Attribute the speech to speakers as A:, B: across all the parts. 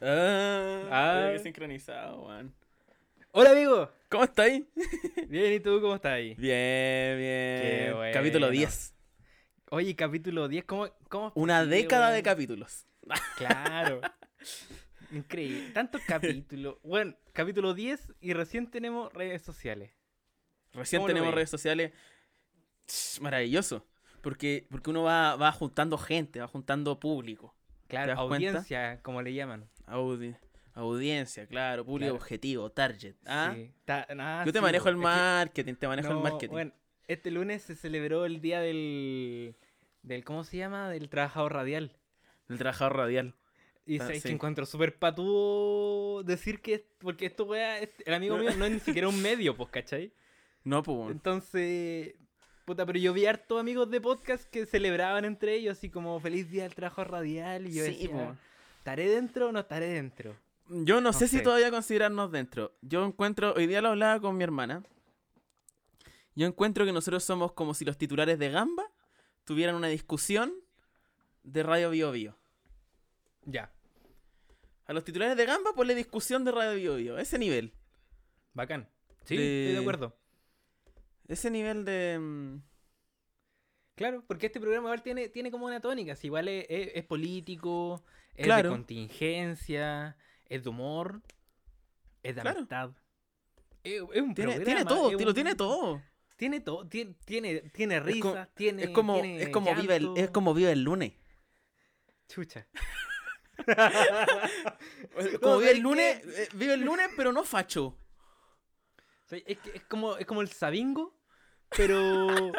A: Ah,
B: Ah.
A: mira qué sincronizado, weón.
B: Hola amigo,
A: ¿Cómo estáis?
B: bien y tú cómo estás ahí.
A: Bien, bien.
B: Qué bueno.
A: Capítulo 10.
B: Oye, capítulo 10, ¿cómo? cómo es
A: Una
B: posible,
A: década
B: weón?
A: de capítulos.
B: Claro. Increíble, tantos capítulos. Bueno, capítulo 10 y recién tenemos redes sociales.
A: Recién
B: ¿Cómo lo
A: tenemos
B: veis?
A: redes sociales. Tss, Maravilloso. Porque, porque uno va, va juntando gente, va juntando público.
B: Claro,
A: das cuenta?
B: audiencia, como le llaman.
A: Audi- audiencia, claro, público
B: Claro.
A: objetivo, target. ¿ah?
B: Sí. Ta- ah,
A: Yo te
B: sí,
A: manejo
B: bo.
A: el
B: Es que-
A: marketing, te manejo
B: no,
A: el marketing.
B: Bueno, este lunes se celebró el día del, del ¿cómo se llama? Del trabajador radial.
A: El trabajador radial.
B: Y
A: Ah,
B: sabes
A: sí.
B: que encuentro súper patúo decir que. Porque esto, weá, es- el amigo mío no es ni siquiera un medio, pues, ¿cachai?
A: No, pues. weón.
B: Entonces. Puta, pero yo vi harto amigos de podcast que celebraban entre ellos, así como feliz día del trabajo radial. Y yo
A: Sí,
B: decía,
A: po.
B: ¿estaré dentro o no estaré dentro?
A: Yo no,
B: No
A: sé, si
B: sé.
A: todavía considerarnos dentro. Yo encuentro, hoy día lo hablaba con mi hermana. Yo encuentro que nosotros somos como si los titulares de Gamba tuvieran una discusión de Radio Bio Bio.
B: Ya,
A: A los titulares de Gamba por la discusión de Radio Bio Bio. Ese nivel.
B: bacán. Sí,
A: De-
B: estoy de acuerdo.
A: Ese nivel de... mm,
B: Claro, porque este programa igual tiene, tiene como una tónica, si igual es, es- es político, es
A: Claro.
B: de contingencia, es de humor, es de
A: Claro.
B: amistad. Es, es un
A: Tiene,
B: programa,
A: tiene todo,
B: es
A: ti- lo
B: un-
A: tiene todo.
B: Tiene todo, tiene, tiene, tiene
A: Es como-
B: risas, tiene.
A: Es como,
B: tiene
A: es como vive el,
B: llanto.
A: es como vive el lunes.
B: Chucha.
A: Es
B: No,
A: Como vive el
B: ¿sabes
A: lunes,
B: qué?
A: eh, vive el lunes, pero no facho.
B: O sea, es, que es como, es como el sabingo, pero.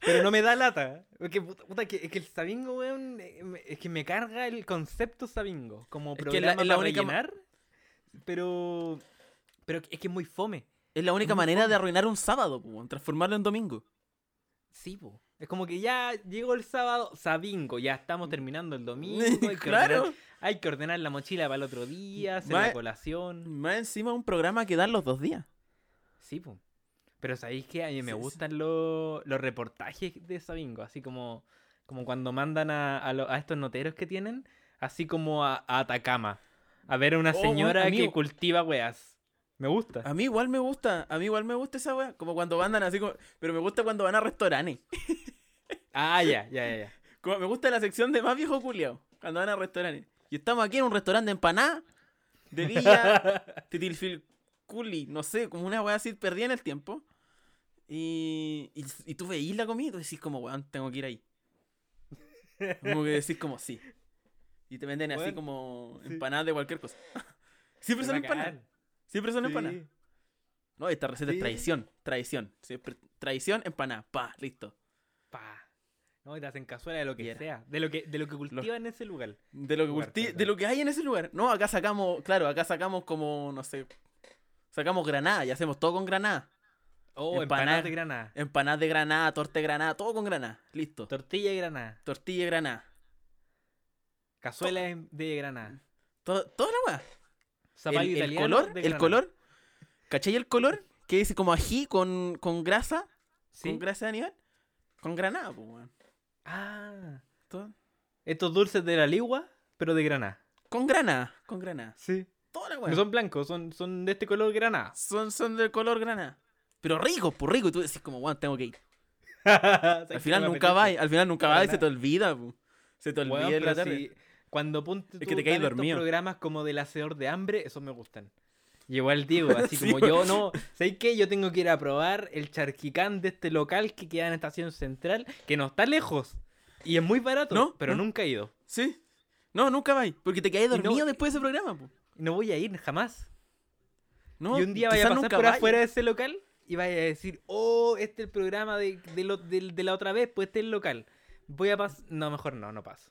B: pero no me da lata. Porque, puta, puta, que, es que el sabingo, weón, eh, me- es que me carga el concepto sabingo. Como
A: Es que es la-
B: programa
A: es la
B: para
A: única ma-
B: rellenar, pero. Pero es que es muy fome.
A: Es la única
B: muy
A: manera de
B: fome.
A: arruinar un sábado, po, weón, transformarlo en domingo.
B: Sí, po. Es como que ya llegó el sábado, sabingo, ya estamos terminando el domingo. hay que
A: claro.
B: ordenar- Hay que ordenar la mochila para el otro día, hacer
A: Ma-
B: la colación.
A: Más encima un programa que dan los dos días.
B: Sí, po. Pero sabéis que a mí me
A: Sí, sí.
B: gustan Los, los reportajes de Sabingo, así como, como cuando mandan a, a lo- a estos noteros que tienen, así como a, a Atacama, a ver a una
A: Oh, weón,
B: señora que
A: amigo.
B: cultiva weas. Me gusta.
A: A mí igual me gusta, a mí igual me gusta esa wea. Como cuando andan así, como- pero me gusta cuando van a restaurantes.
B: Ah, ya, ya, ya. ya.
A: Como me gusta la sección de más viejo culiao, cuando van a restaurantes. Y estamos aquí en un restaurante de empanada, de Villa Titilfilculi, no sé, como una wea así perdida en el tiempo. Y, y, y tú veís la comida y tú decís como, weón, tengo que ir ahí. Como que decís como, sí. Y te venden así
B: Weón,
A: como
B: sí.
A: empanadas de cualquier cosa. Siempre
B: Es
A: son
B: bacán.
A: empanadas. Siempre son empanadas.
B: Sí.
A: No, esta receta
B: Sí.
A: es traición, traición. Siempre, traición, empanada, pa, listo.
B: Pa. No, y te hacen cazuela de lo que
A: Viera.
B: sea, de lo que, de lo que cultivan en ese lugar.
A: De lo, que
B: Lugar,
A: culti-
B: perdón.
A: de lo que hay en ese lugar. No, acá sacamos, claro, acá sacamos como, no sé, sacamos granada y hacemos todo con granada.
B: Oh,
A: Empanadas.
B: empanadas de granada.
A: Empanadas de granada, torta de granada, todo con granada, listo.
B: Tortilla de granada.
A: Tortilla de granada.
B: Cazuela
A: Oh.
B: de- de granada.
A: Todo, toda la weá.
B: Zapallo
A: El, el
B: italiano
A: color,
B: de
A: el
B: granada.
A: color. ¿Cachai el color? Que dice como ají con, con grasa,
B: ¿Sí?
A: con grasa de animal. Con granada, pues, weón.
B: Ah.
A: Todo-
B: Estos dulces de la ligua, pero de granada.
A: Con granada, con granada.
B: Sí.
A: Toda la weá.
B: No son blancos, son, son de este color granada.
A: Son, son de color granada. Pero rico, por rico. Y tú decís como, bueno, tengo que ir. Al final nunca vais, al final nunca
B: Para
A: vais, se te
B: nada.
A: olvida, pu. Se te olvida en la tarde.
B: cuando ponte
A: que
B: tú
A: te quedas
B: dan estos
A: dormido.
B: programas como del hacedor de hambre, esos me gustan. Y igual digo, así
A: Sí,
B: como
A: weón.
B: yo no, ¿sabéis qué? Yo tengo que ir a probar el charquicán de este local que queda en Estación Central, que no está lejos. Y es muy barato,
A: No,
B: pero
A: no.
B: nunca he ido.
A: Sí. No, nunca vais, porque te quedáis
B: Y no-
A: dormido después de ese programa, pu.
B: No voy a ir jamás.
A: No,
B: y un día vaya a
A: quizás
B: pasar
A: nunca
B: por
A: vaya.
B: afuera de ese local y vaya a decir, oh, este es el programa de, de lo- del- de la otra vez, pues este es el local. Voy a pasar... No, mejor no, no paso.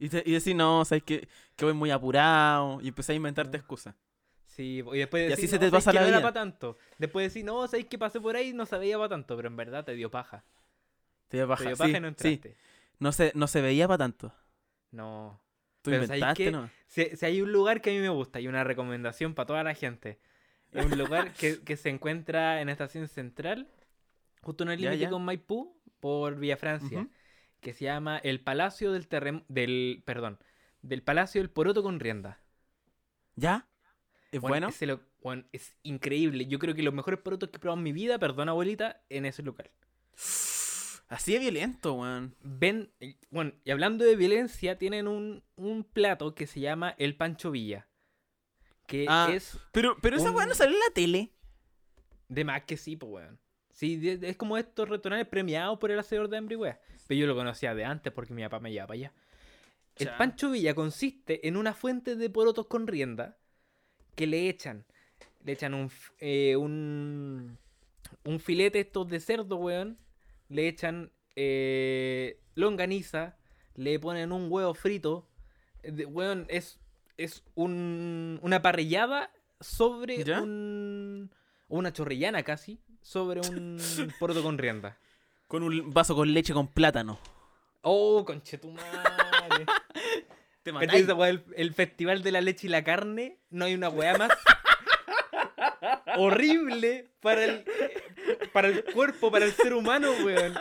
A: Y, te- y decís, no, sabes que, que voy muy apurado. Y empecé a inventarte
B: No.
A: excusas.
B: Sí, po- y después
A: Y
B: decir,
A: así se
B: no,
A: te
B: sabéis
A: pasa
B: que
A: la
B: no era
A: vida.
B: para tanto. Después decir, no, sabéis que pasé por ahí y no sabía para tanto, pero en verdad te dio paja.
A: Te dio
B: Te
A: paja.
B: dio
A: Sí,
B: paja y no
A: sí.
B: entraste.
A: No se, no se veía para tanto.
B: No.
A: Tú
B: Pero ¿sabéis
A: inventaste,
B: qué?
A: ¿no?
B: Si, si hay un lugar que a mí me gusta y una recomendación para toda la gente, es un lugar que, que se encuentra en Estación Central, justo en el
A: Ya,
B: límite
A: ya.
B: con Maipú, por Vía Francia,
A: Ujú.
B: que se llama el Palacio del Terrem... del, perdón, del Palacio del Poroto con rienda.
A: ¿Ya? ¿Es
B: Weón,
A: bueno?
B: ese lo- weón, es increíble. Yo creo que los mejores porotos que he probado en mi vida, perdona abuelita, en ese local.
A: Así de violento, weón.
B: Ven, eh, bueno, y hablando de violencia, tienen un, un plato que se llama el Pancho Villa. Que
A: Ah.
B: es
A: Pero, pero esa weá
B: Un-
A: no salió en la tele.
B: de más que sí, pues, weón. Sí, de- de- es como estos restaurantes premiados por el hacedor de hambre, y weas. Pero yo lo conocía de antes porque mi papá me llevaba para allá. El
A: Ya.
B: Pancho Villa consiste en una fuente de porotos con rienda que le echan. Le echan un, f- eh, un, un filete estos de cerdo, weón. Le echan eh, longaniza. Le ponen un huevo frito. eh, de- weón, es, es un- una parrillada sobre
A: ¿Ya?
B: un... o Una chorrillana casi. Sobre un poroto con rienda.
A: Con un vaso con leche con plátano.
B: ¡Oh, conchetumare!
A: Te
B: ¿Cachai esa weá del- el, festival de la leche y la carne, no hay una weá más horrible para el, para el cuerpo, para el ser humano, weón.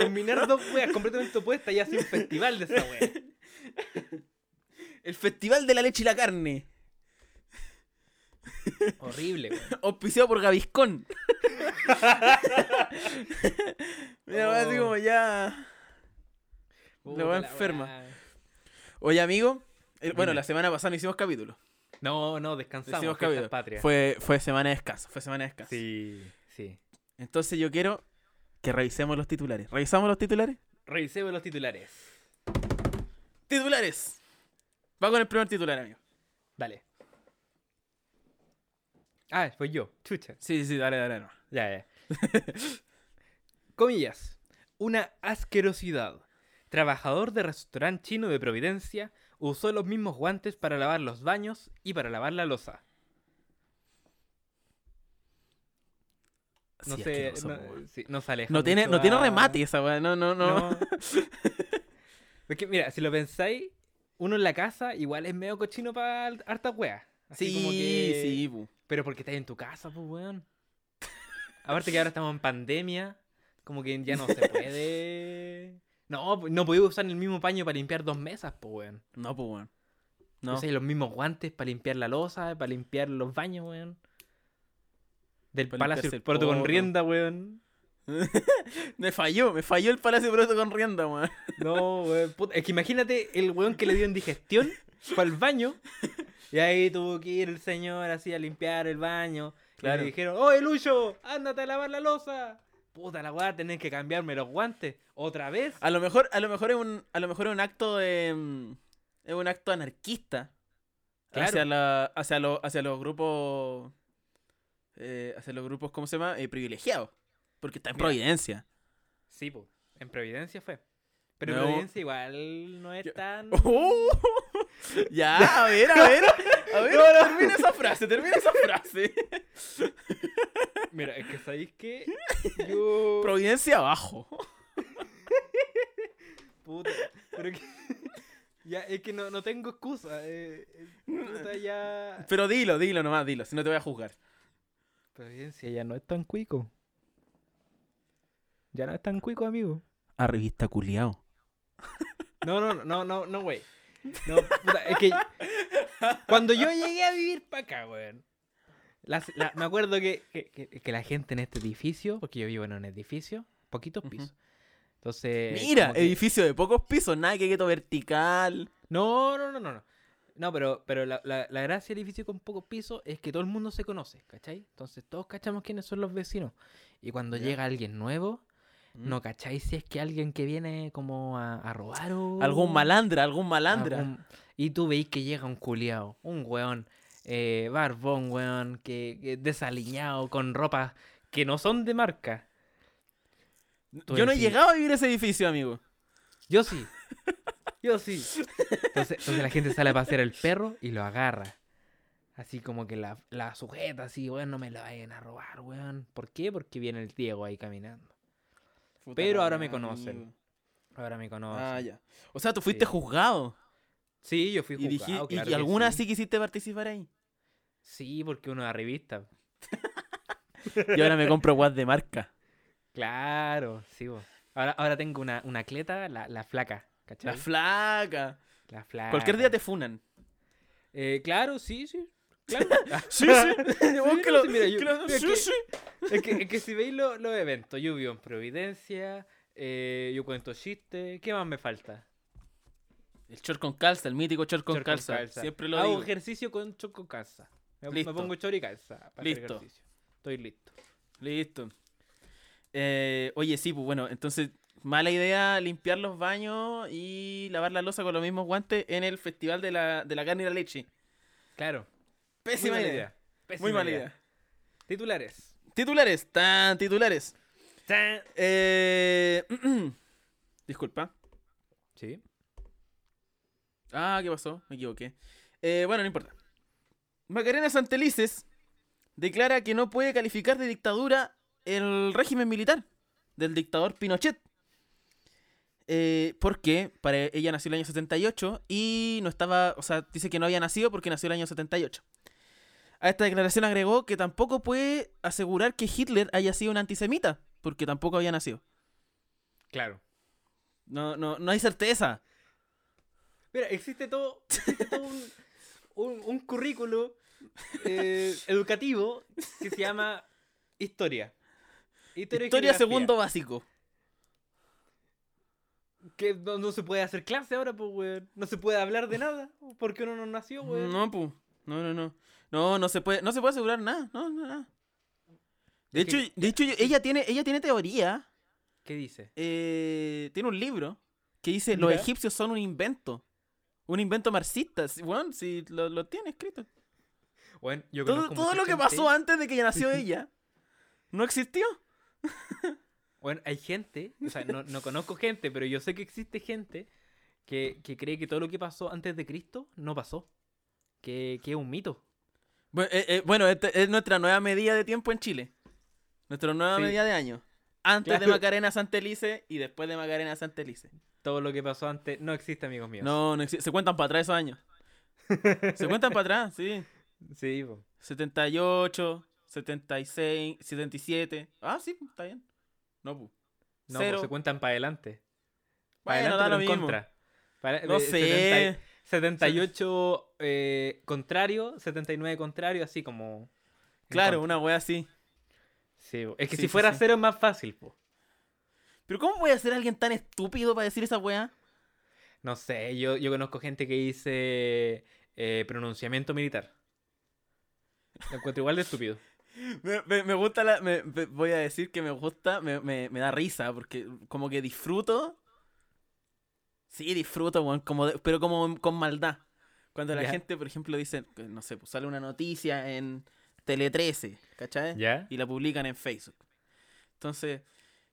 B: Combinar dos weas completamente opuestas y hace un festival de esa weá.
A: El festival de la leche y la carne.
B: Horrible, weón.
A: Auspiciado por Gaviscón. Mira, weá, así
B: Oh.
A: como ya.
B: Puta
A: weá
B: la
A: enferma.
B: weá.
A: Oye, amigo. eh, bueno,
B: Dime.
A: la semana pasada no hicimos capítulo.
B: No, no,
A: No
B: descansamos.
A: hicimos
B: fiestas
A: capítulo.
B: patrias.
A: Fue, fue semana de descanso. Fue semana de descanso.
B: Sí, sí.
A: Entonces yo quiero que revisemos los titulares. ¿Revisamos los titulares?
B: Revisemos los titulares.
A: Titulares. Va con el primer titular, amigo.
B: Dale. Ah, fue yo. Chucha.
A: Sí, sí, dale, dale. No.
B: Ya, ya. Comillas. Una asquerosidad. Trabajador de restaurante chino de Providencia usó los mismos guantes para lavar los baños y para lavar la losa. No
A: Sí,
B: sé,
A: asqueroso,
B: no,
A: po, weón.
B: sí, no se aleja
A: No tiene,
B: mucho
A: no tiene
B: a-
A: remate esa weá. No, no, no.
B: No. Porque mira, si lo pensáis, uno en la casa igual es medio cochino para hartas weas. Así
A: Sí,
B: como que-
A: sí, pu.
B: Pero porque estás en tu casa, pues, weón. Aparte que ahora estamos en pandemia, como que ya no se puede. No, pues, no podía usar el mismo paño para limpiar dos mesas, pues, weón.
A: No, pues, weón.
B: No.
A: No.
B: los mismos guantes para limpiar la losa, para limpiar los baños, weón. Del
A: Para
B: Palacio
A: limpiarse
B: del
A: el
B: Puerto con
A: poto.
B: rienda, weón.
A: Me falló, me falló el Palacio Poroto con rienda, weón.
B: No, weón. puta, Es que imagínate el weón que le dio indigestión para el baño. Y ahí tuvo que ir el señor así a limpiar el baño. Y
A: Claro.
B: le dijeron, ¡Oye, Lucho! ¡Ándate a lavar la losa! Puta la weá, tenés que cambiarme los guantes. ¿Otra vez?
A: A lo mejor, a lo mejor es un, a lo mejor es un acto de, mm, es un acto anarquista
B: Claro.
A: hacia la, hacia los, hacia los grupos, eh, hacia los grupos, ¿cómo se llama? Eh, privilegiados, porque está en
B: Mira,
A: Providencia.
B: Sí, po. En Providencia fue. Pero en
A: No.
B: Providencia igual no es
A: Yo- Oh.
B: tan...
A: ya, a ver, a ver, a ver,
B: No, no.
A: termina esa frase, termina esa frase.
B: Mira, es que sabéis que yo...
A: Providencia abajo.
B: Puta, pero que... ya, es que no, no tengo excusa. eh, eh, puta, ya...
A: Pero dilo, dilo nomás, dilo, si no te voy a juzgar.
B: Providencia ya no es tan cuico. Ya no es tan cuico, amigo.
A: A revista culiao.
B: No, no, no, no, no, no, güey. No, puta, es que cuando yo llegué a vivir para acá, weón. las- la- me acuerdo que, que- que- que la gente en este edificio, porque yo vivo en un edificio, poquitos
A: Ujú.
B: pisos. Entonces.
A: Mira,
B: como que-
A: edificio de pocos pisos, nada que gueto vertical.
B: No, no, no, no, no. No, pero, pero la, la- la gracia del edificio con pocos pisos es que todo el mundo se conoce, ¿cachai? Entonces todos cachamos quiénes son los vecinos. Y cuando
A: Ya.
B: llega alguien nuevo, no
A: Mm.
B: cacháis si es que alguien que viene como a, a robar o.
A: Algún malandra, algún malandra.
B: algún- Y tú veis que llega un culiao, un weón, eh, barbón, weón, que, que desaliñado, con ropas que no son de marca. tú
A: Yo no he
B: decís-
A: llegado a vivir ese edificio, amigo.
B: Yo sí. Yo sí. Entonces, entonces la gente sale a pasear el perro y lo agarra. Así como que la, la sujeta, así, weón, no me la vayan a robar, weón. ¿Por qué? Porque viene el Diego ahí caminando. Pero
A: la
B: ahora
A: weá,
B: me conocen.
A: amigo.
B: Ahora me conoce.
A: Ah, ya. O sea, tú fuiste
B: Sí.
A: juzgado.
B: Sí, yo fui
A: y, dije-
B: juzgado,
A: y-
B: claro
A: y
B: que
A: alguna sí.
B: sí.
A: quisiste participar ahí.
B: Sí, porque uno da revista.
A: Y ahora me compro guas de marca.
B: Claro, sí, vos. Ahora, ahora tengo una, una atleta, la, la flaca, ¿cachai?
A: La flaca.
B: La flaca.
A: Cualquier día te funan.
B: Eh, claro, sí, sí. Claro.
A: Sí, sí.
B: Sí,
A: Vos que
B: no,
A: lo-
B: sí, mira, yo-
A: que lo-
B: mira,
A: sí,
B: que-
A: sí.
B: Es que, es que si veis lo- los eventos, yo vivo en Providencia, eh, yo cuento chistes, ¿qué más me falta?
A: El short con calza, el mítico short con,
B: Short
A: calza. Siempre lo
B: Hago
A: digo.
B: ejercicio con short con calza. Me, me
A: Listo.
B: pongo short y calza para hacer
A: Listo.
B: ejercicio. Estoy listo.
A: Listo. Eh, oye, sí, pues bueno, entonces, mala idea limpiar los baños y lavar la losa con los mismos guantes en el festival de la, de la carne y la leche.
B: Claro.
A: Pésima
B: muy mala
A: idea.
B: Pésima
A: Muy mala idea.
B: Titulares.
A: Titulares, tan titulares.
B: Tan.
A: Eh, Disculpa.
B: Sí.
A: Ah, ¿qué pasó? Me equivoqué. Eh, bueno, no importa. Macarena Santelices declara que no puede calificar de dictadura el régimen militar del dictador Pinochet. Eh, porque para ella nació el año 78 y no estaba, o sea, dice que no había nacido porque nació el año 78. A esta declaración agregó que tampoco puede asegurar que Hitler haya sido un antisemita, porque tampoco había nacido.
B: Claro.
A: No, no, no hay certeza.
B: Mira, existe todo, existe todo un, un- un currículo eh, educativo que se llama historia. y
A: Historia
B: geografía,
A: segundo básico.
B: Que no, no se puede hacer clase ahora, pues, weón. No se puede hablar de nada, porque uno no nació, weón.
A: No, pu. No, no, no. No, no se puede, no se puede asegurar nada. No, no, nada. De
B: Es
A: hecho,
B: que-
A: de hecho yo- ella, tiene, ella tiene teoría.
B: ¿Qué dice?
A: eh, tiene un libro que dice los
B: Ya.
A: egipcios son un invento. Un invento marxista. Sí, Bueno, si lo, lo tiene escrito.
B: Bueno, yo
A: Todo,
B: conozco
A: todo
B: mucha
A: lo que
B: gente-
A: pasó antes de que nació ella no existió.
B: Bueno, hay gente, o sea, no, no conozco gente, pero yo sé que existe gente que, que cree que todo lo que pasó antes de Cristo no pasó. Que, que es un mito.
A: Bueno, eh, eh, bueno, esta es nuestra nueva medida de tiempo en Chile. Nuestra nueva
B: Sí.
A: medida de año. Antes de
B: Claro.
A: Macarena Santelice y después de Macarena Santelice.
B: Todo lo que pasó antes no existe, amigos míos.
A: No, no exi- se cuentan para atrás esos años. Se cuentan para atrás, sí.
B: Sí, po.
A: 78, 76, 77. Ah, sí, está bien. No, pu.
B: No,
A: Cero.
B: po, se cuentan para adelante. Para
A: Bueno,
B: adelante,
A: da lo
B: pero en
A: mismo.
B: contra. Para-
A: No
B: eh, 70
A: sé.
B: y- 78 eh, contrario, 79 contrario, así como. en
A: Claro,
B: contra.
A: una wea así.
B: Sí, po. es que
A: Sí,
B: si
A: sí,
B: fuera
A: sí.
B: cero es más fácil, po.
A: Pero ¿cómo puede ser alguien tan estúpido para decir esa wea?
B: No sé, yo, yo conozco gente que dice eh, pronunciamiento militar. Lo encuentro igual de estúpido.
A: Me, me- me gusta la... me- me- voy a decir que me gusta, me, me- me da risa, porque como que disfruto... Sí, disfruto, weón, como de- pero como con maldad. Cuando la
B: Ya.
A: gente, por ejemplo, dice, que, no sé, pues sale una noticia en Tele 13, ¿cachai?
B: ¿Ya?
A: y la publican en Facebook. Entonces,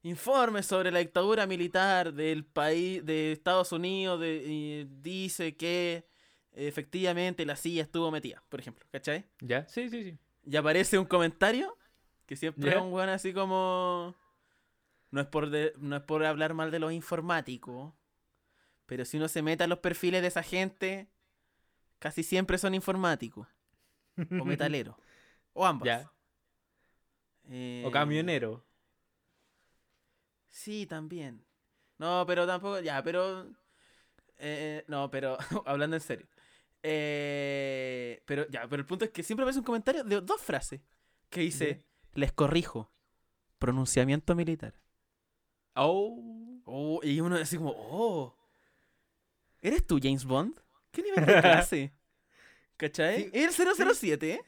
A: informe sobre la dictadura militar del país de Estados Unidos de- y dice que eh, efectivamente la silla estuvo metida, por ejemplo, ¿cachai?
B: ¿Ya? Sí, sí, sí.
A: Y aparece un comentario que siempre
B: Ya.
A: es un weón así como no es por de- no es por hablar mal de los informáticos, pero si uno se mete a los perfiles de esa gente, casi siempre son informáticos o metaleros o ambas.
B: ¿Ya?
A: Eh,
B: O camionero.
A: Sí, también. No, pero tampoco. Ya, pero. eh, no, pero hablando en serio. Eh, pero ya, pero el punto es que siempre aparece un comentario de dos frases que dice: Les corrijo. Pronunciamiento militar.
B: Oh.
A: Oh, y uno así como: Oh. ¿Eres tú, James Bond? ¿Qué nivel de clase? ¿Cachai?
B: Sí,
A: ¿Eres el 007? ¿eh?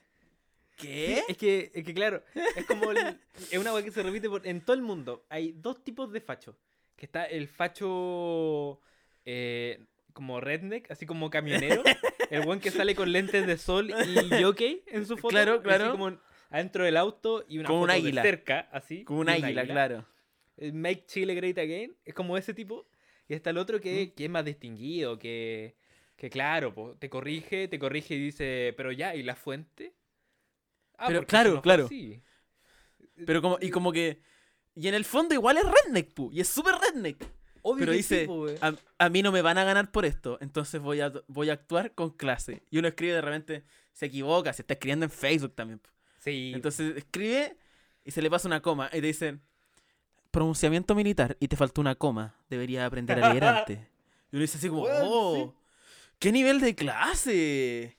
A: ¿Qué?
B: Es que, es que claro, es como el- es una cosa que se repite por- en todo el mundo. Hay dos tipos de facho. Que está el facho eh, como redneck, así como camionero. el buen que sale con lentes de sol y jockey en su foto.
A: Claro,
B: así
A: claro.
B: como adentro del auto y una
A: Como un
B: foto de
A: águila.
B: cerca, así.
A: Como un
B: y
A: águila, claro.
B: el eh, Make Chile Great Again, es como ese tipo. Y está el otro que, que es más distinguido, que, que claro, po, te corrige, te corrige y dice, pero ya, ¿y la fuente? Ah,
A: Pero
B: porque eso
A: claro,
B: fue
A: claro.
B: así".
A: Pero como, y como que. Y en el fondo igual es redneck, pu. Y es súper redneck.
B: Obvio
A: Pero
B: que sí,
A: dice,
B: po, weón.
A: a, a mí no me van a ganar por esto, entonces voy a, voy a actuar con clase. Y uno escribe de repente, se equivoca, se está escribiendo en Facebook también. po.
B: Sí,
A: Entonces escribe y se le pasa una coma. Y te dicen, pronunciamiento militar y te faltó una coma, deberías aprender a leer antes. Y uno dice así como,
B: Weón,
A: oh. ¿Qué nivel de clase?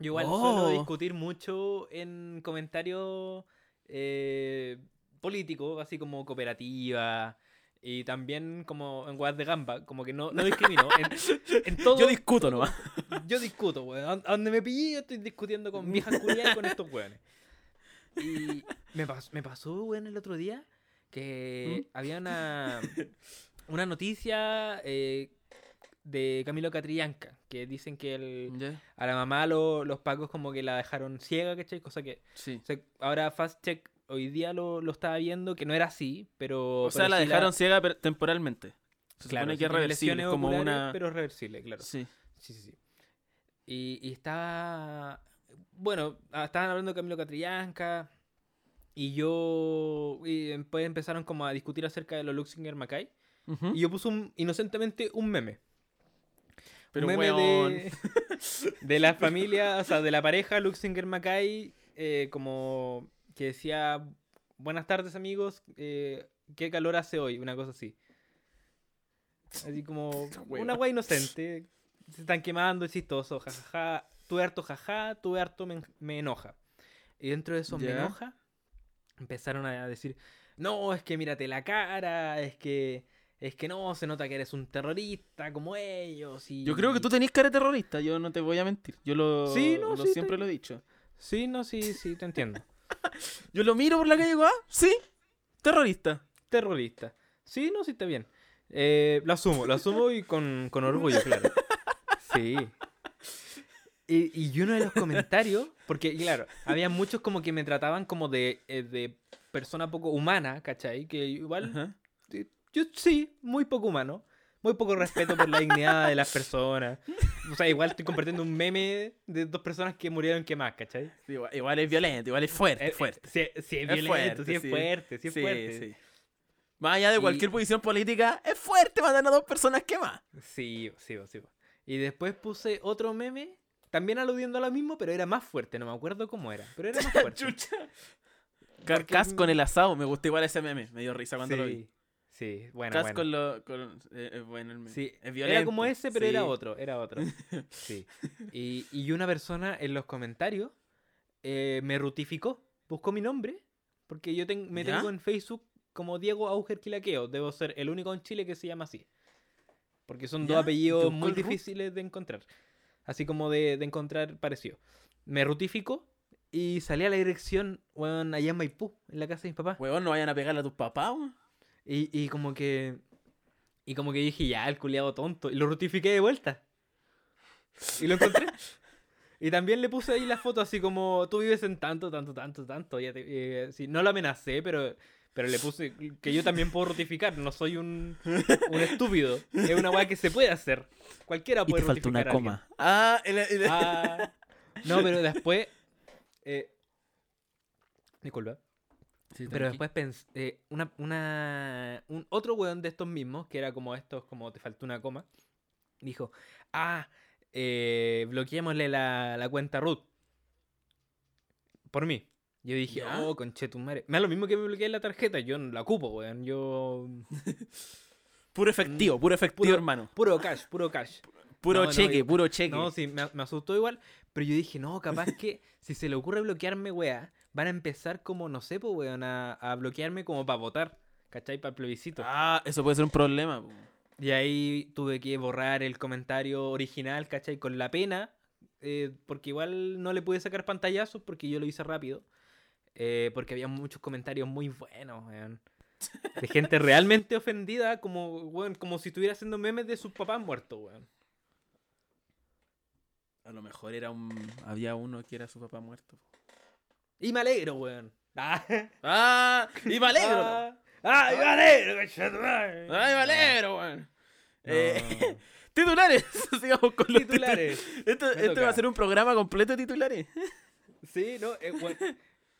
B: Yo igual
A: Oh.
B: suelo discutir mucho en comentarios eh, políticos, así como cooperativa y también como en weas de gamba, como que no, no discrimino. En, en todo
A: Yo
B: yo,
A: discuto nomás.
B: discuto, weón. A donde me pillé yo estoy discutiendo con viejas culiadas y con estos weones. Y me, pas- me pasó, weón, el otro día
A: ¿Mm?
B: que había una, una noticia eh, de Camilo Catrillanca, que dicen que el a la mamá lo- los pacos como que la dejaron ciega, ¿cachai? Cosa que
A: Sí.
B: o sea, ahora Fast Check hoy día lo, lo estaba viendo, que no era así, pero...
A: O sea, la dejaron ciega pero temporalmente. Se supone que es reversible,
B: reversible,
A: es como una...
B: Pero es reversible, claro.
A: Sí.
B: Sí, sí, sí. Y, y estaba... Bueno, ah, estaban hablando de Camilo Catrillanca y yo... Y después empezaron como a discutir acerca de los Luxinger Mackay.
A: Ujú.
B: Y yo puse un- inocentemente un meme.
A: Pero,
B: un meme
A: weón,
B: de, de la familia, o sea, de la pareja Luxinger Mackay, eh, como que decía, buenas tardes amigos, eh, qué calor hace hoy, una cosa así. Así como una
A: Weón.
B: guay inocente, se están quemando, es chistoso, jajaja, tuve harto jaja, tuve harto me, me enoja. Y dentro de eso me
A: Ya.
B: enoja, empezaron a decir, no, es que mírate la cara, es que... Es que no, se nota que eres un terrorista como ellos. Y...
A: Yo creo que tú tenés cara de terrorista, yo no te voy a mentir. Yo lo,
B: Sí, no,
A: lo
B: sí,
A: siempre
B: te-
A: lo he dicho.
B: Sí, no, sí, sí, te entiendo.
A: Yo lo miro por la calle y digo, ah, sí, terrorista.
B: Terrorista. Sí, no, sí, está bien. Eh, lo asumo, lo asumo y con, con orgullo, claro. Sí. Y, y uno de los comentarios, porque claro, había muchos como que me trataban como de, eh, de persona poco humana, ¿cachai? Que igual,
A: Ajá.
B: eh, yo sí, muy poco humano, muy poco respeto por la dignidad de las personas. O sea, igual estoy compartiendo un meme de dos personas que murieron quemadas, ¿cachai?
A: Igual, igual es violento, igual es fuerte,
B: Eh, eh,
A: fuerte.
B: Sí, sí, es violento,
A: fuerte,
B: sí, es
A: sí.
B: fuerte, sí, es fuerte.
A: sí. Más allá de
B: Y-
A: cualquier posición política, es fuerte matar a dos personas que más.
B: Sí, bo, sí, bo, sí. bo. Y después puse otro meme, también aludiendo a lo mismo, pero era más fuerte, no me acuerdo cómo era, pero era más fuerte.
A: Chucha. Carcas con el asado, me gustó igual ese meme, me dio risa cuando lo vi.
B: sí, sí, bueno,
A: Cas
B: bueno.
A: con lo. Con, eh, es bueno el meme.
B: Sí,
A: es violento.
B: era como ese, pero era
A: sí.
B: otro, era otro. Sí. Y, y una persona en los comentarios eh, me rutificó, buscó mi nombre, porque yo ten- me
A: ¿Ya?
B: tengo en Facebook como Diego Auger Quilaqueo, debo ser el único en Chile que se llama así. Porque son
A: ¿Ya?
B: dos
A: ¿Y te
B: apellidos
A: buscó el
B: muy
A: root?
B: difíciles de encontrar, así como de, de encontrar parecido. Me rutificó y salí a la dirección, weón, allá en Maipú, en la casa de mis papás.
A: Huevón, no vayan a pegarle a tus papás, weón.
B: Y, y como que. Y como que dije, ya, el culiado tonto. Y lo rutifiqué de vuelta. Y lo encontré. y también le puse ahí la foto así como, tú vives en tanto, tanto, tanto, tanto. Ya te- eh, sí, no lo amenacé, pero, pero le puse que yo también puedo rutificar. No soy un, un estúpido. Es una weá que se puede hacer. Cualquiera
A: Y
B: puede
A: te faltó
B: rutificar
A: una
B: a alguien.
A: coma. Ah, el- el-
B: Ah, no, pero después... eh, disculpa.
A: Sí,
B: Pero
A: tranqui.
B: después pensé, una, una, un otro weón de estos mismos, que era como estos, como te faltó una coma, dijo, ah, eh, bloqueémosle la, la cuenta root. Por mí. Yo dije,
A: ¿Ya?
B: oh, conchetumare. Me da lo mismo que me bloqueé la tarjeta, yo no la ocupo, weón. Yo...
A: Puro efectivo, Mm. puro efectivo,
B: Puro-
A: hermano.
B: Puro cash, puro cash.
A: Puro
B: No, no,
A: cheque,
B: yo-
A: puro cheque.
B: No, sí, me, me asustó igual, pero yo dije, no, capaz que si se le ocurre bloquearme, weá, van a empezar como, no sé, pues, weón, a, a bloquearme como para votar, ¿cachai? Para plebiscito.
A: Ah, eso puede ser un problema. po.
B: Y ahí tuve que borrar el comentario original, ¿cachai? Con la pena, eh, porque igual no le pude sacar pantallazos porque yo lo hice rápido. eh, porque había muchos comentarios muy buenos, weón. De gente realmente ofendida, como, weón, como si estuviera haciendo memes de sus papás muertos, weón.
A: A lo mejor era un. Había uno que era su papá muerto. po.
B: Y me alegro, weón. Ah,
A: ¡Ah! ¡Y me alegro!
B: ah, ah, y me alegro, conchetumare.
A: ¡Ay, me alegro, weón! Eh, titulares, sigamos con
B: No.
A: los titulares.
B: Titulares.
A: Esto,
B: Me
A: esto va a
B: toca.
A: ser un programa completo de titulares.
B: Sí, no, eh, bueno,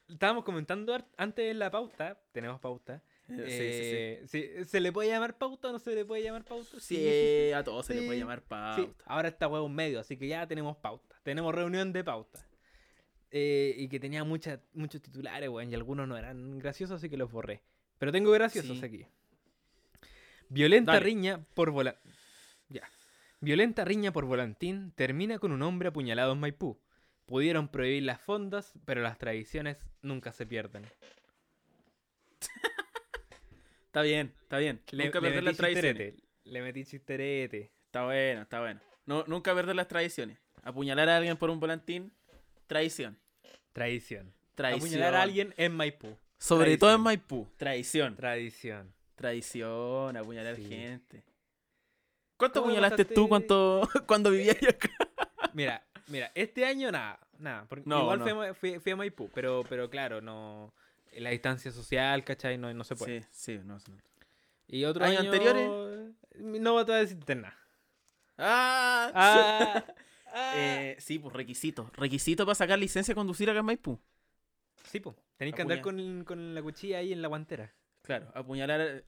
B: estábamos comentando ar- antes en la pauta, tenemos pauta. eh, si- ¿Se le puede llamar pauta o no se le puede llamar pauta?
A: Sí,
B: sí,
A: a todos se le puede
B: sí,
A: llamar pauta.
B: sí. Ahora está huevo en medio, así que ya tenemos pauta. Tenemos reunión de pauta. Eh, y que tenía muchas muchos titulares, weón, y algunos no eran graciosos, así que los borré. Pero tengo graciosos
A: Sí.
B: aquí. Violenta
A: Dale.
B: riña por volante. Ya. Violenta riña por volantín termina con un hombre apuñalado en Maipú. Pudieron prohibir las fondas, pero las tradiciones nunca se pierden.
A: Está bien, está bien. nunca perder las tradiciones.
B: chisterete, Le metí chisterete.
A: Está bueno, está bueno. No, nunca perder las tradiciones. Apuñalar a alguien por un volantín, traición.
B: Traición.
A: Traición.
B: Apuñalar a alguien en Maipú.
A: Sobre todo
B: Traición.
A: en Maipú. Traición.
B: Tradición.
A: Traición, apuñalar
B: Sí.
A: gente. ¿Cuánto
B: Todo
A: apuñalaste
B: bastante-
A: tú cuánto, cuando vivías acá?
B: Mira, mira, este año nada, nada. Porque
A: No,
B: igual
A: no.
B: fui a Ma- Fui, fui a Maipú, pero, pero claro, no. La distancia social, ¿cachai? No, no se puede.
A: Sí, sí, no, no.
B: Y otro
A: ¿Años
B: año-
A: anteriores?
B: No te voy a decirte nada.
A: Ah,
B: Ah,
A: Eh, sí, pues requisito. Requisito para sacar licencia de conducir acá en Maipú.
B: sí, pues. Tenéis que andar con, con la cuchilla ahí en la guantera.
A: Claro, apuñalar. eh,